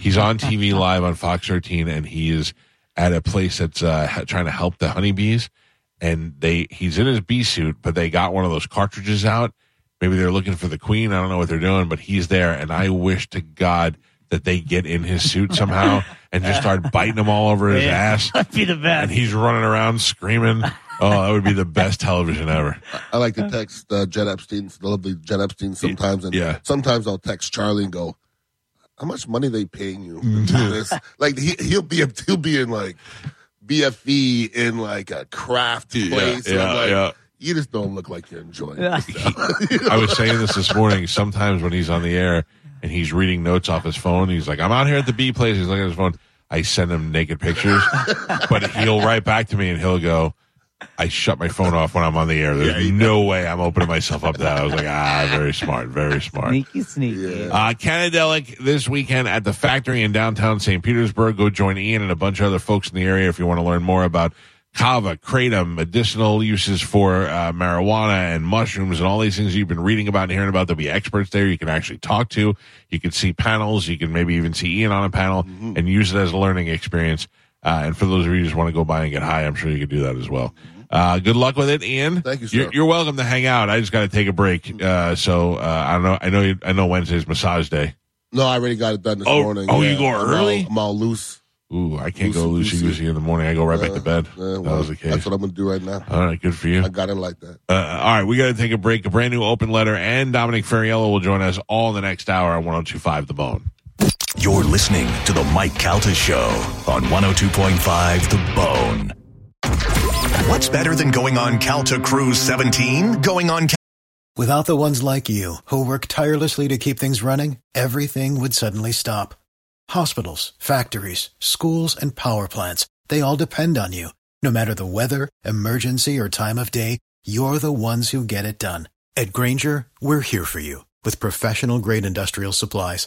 Speaker 2: He's on TV live on Fox 13, and he is at a place that's uh, ha- trying to help the honeybees. And they he's in his bee suit, but they got one of those cartridges out. Maybe they're looking for the queen. I don't know what they're doing, but he's there, and I wish to God that they get in his suit somehow and just start biting him all over his
Speaker 4: Yeah.
Speaker 2: ass
Speaker 4: That'd be the
Speaker 2: and
Speaker 4: best.
Speaker 2: he's running around screaming. Oh, that would be the best television ever.
Speaker 3: I like to text uh, Jed Epstein, the lovely Jed Epstein sometimes, and
Speaker 2: Yeah.
Speaker 3: sometimes I'll text Charlie and go, "How much money they paying you to
Speaker 2: Mm-hmm.
Speaker 3: do this?" like he, he'll be he'll be in like BFE in like a craft
Speaker 2: Yeah,
Speaker 3: place. and I'm
Speaker 2: yeah,
Speaker 3: like,
Speaker 2: yeah.
Speaker 3: You just don't look like you're enjoying.
Speaker 4: Yeah.
Speaker 3: it.
Speaker 2: I was saying this this morning. Sometimes when he's on the air and he's reading notes off his phone, he's like, "I'm out here at the B place." He's looking at his phone. I send him naked pictures, but he'll write back to me and he'll go, "I shut my phone off when I'm on the air. There's no way I'm opening myself up to that." I was like, "Ah, very smart, very smart."
Speaker 4: Sneaky, sneaky.
Speaker 2: Uh, Canadelic this weekend at the factory in downtown St. Petersburg. Go join Ian and a bunch of other folks in the area if you want to learn more about kava, kratom, medicinal uses for uh, marijuana and mushrooms and all these things you've been reading about and hearing about. There'll be experts there you can actually talk to. You can see panels. You can maybe even see Ian on a panel and use it as a learning experience. Uh, and for those of you who just want to go by and get high, I'm sure you can do that as well. Uh, good luck with it, Ian.
Speaker 3: Thank you, sir.
Speaker 2: You're, you're welcome to hang out. I just got to take a break. Uh, so uh, I don't know. I know. You, I know Wednesday's massage day.
Speaker 3: No, I already got it done this
Speaker 2: Oh,
Speaker 3: morning.
Speaker 2: oh, you go
Speaker 3: I'm all-
Speaker 2: early?
Speaker 3: I'm all loose.
Speaker 2: Ooh, I can't go
Speaker 3: Loosey-goosey.
Speaker 2: loosey goosey in the morning. I go right back to bed.
Speaker 3: Yeah, Uh, well,
Speaker 2: that was the case.
Speaker 3: That's what I'm gonna do right now.
Speaker 2: All right, good for you.
Speaker 3: I got it like that.
Speaker 2: Uh, all right, we got to take a break. A brand new open letter, and Dominic Ferriello will join us all the next hour on 1025 The Bone.
Speaker 1: You're listening to The Mike Calta Show on 102.5 The Bone. What's better than going on Calta Cruise 17? Going on
Speaker 8: Without the ones like you, who work tirelessly to keep things running, everything would suddenly stop. Hospitals, factories, schools, and power plants, they all depend on you. No matter the weather, emergency, or time of day, you're the ones who get it done. At Granger, we're here for you with professional grade industrial supplies.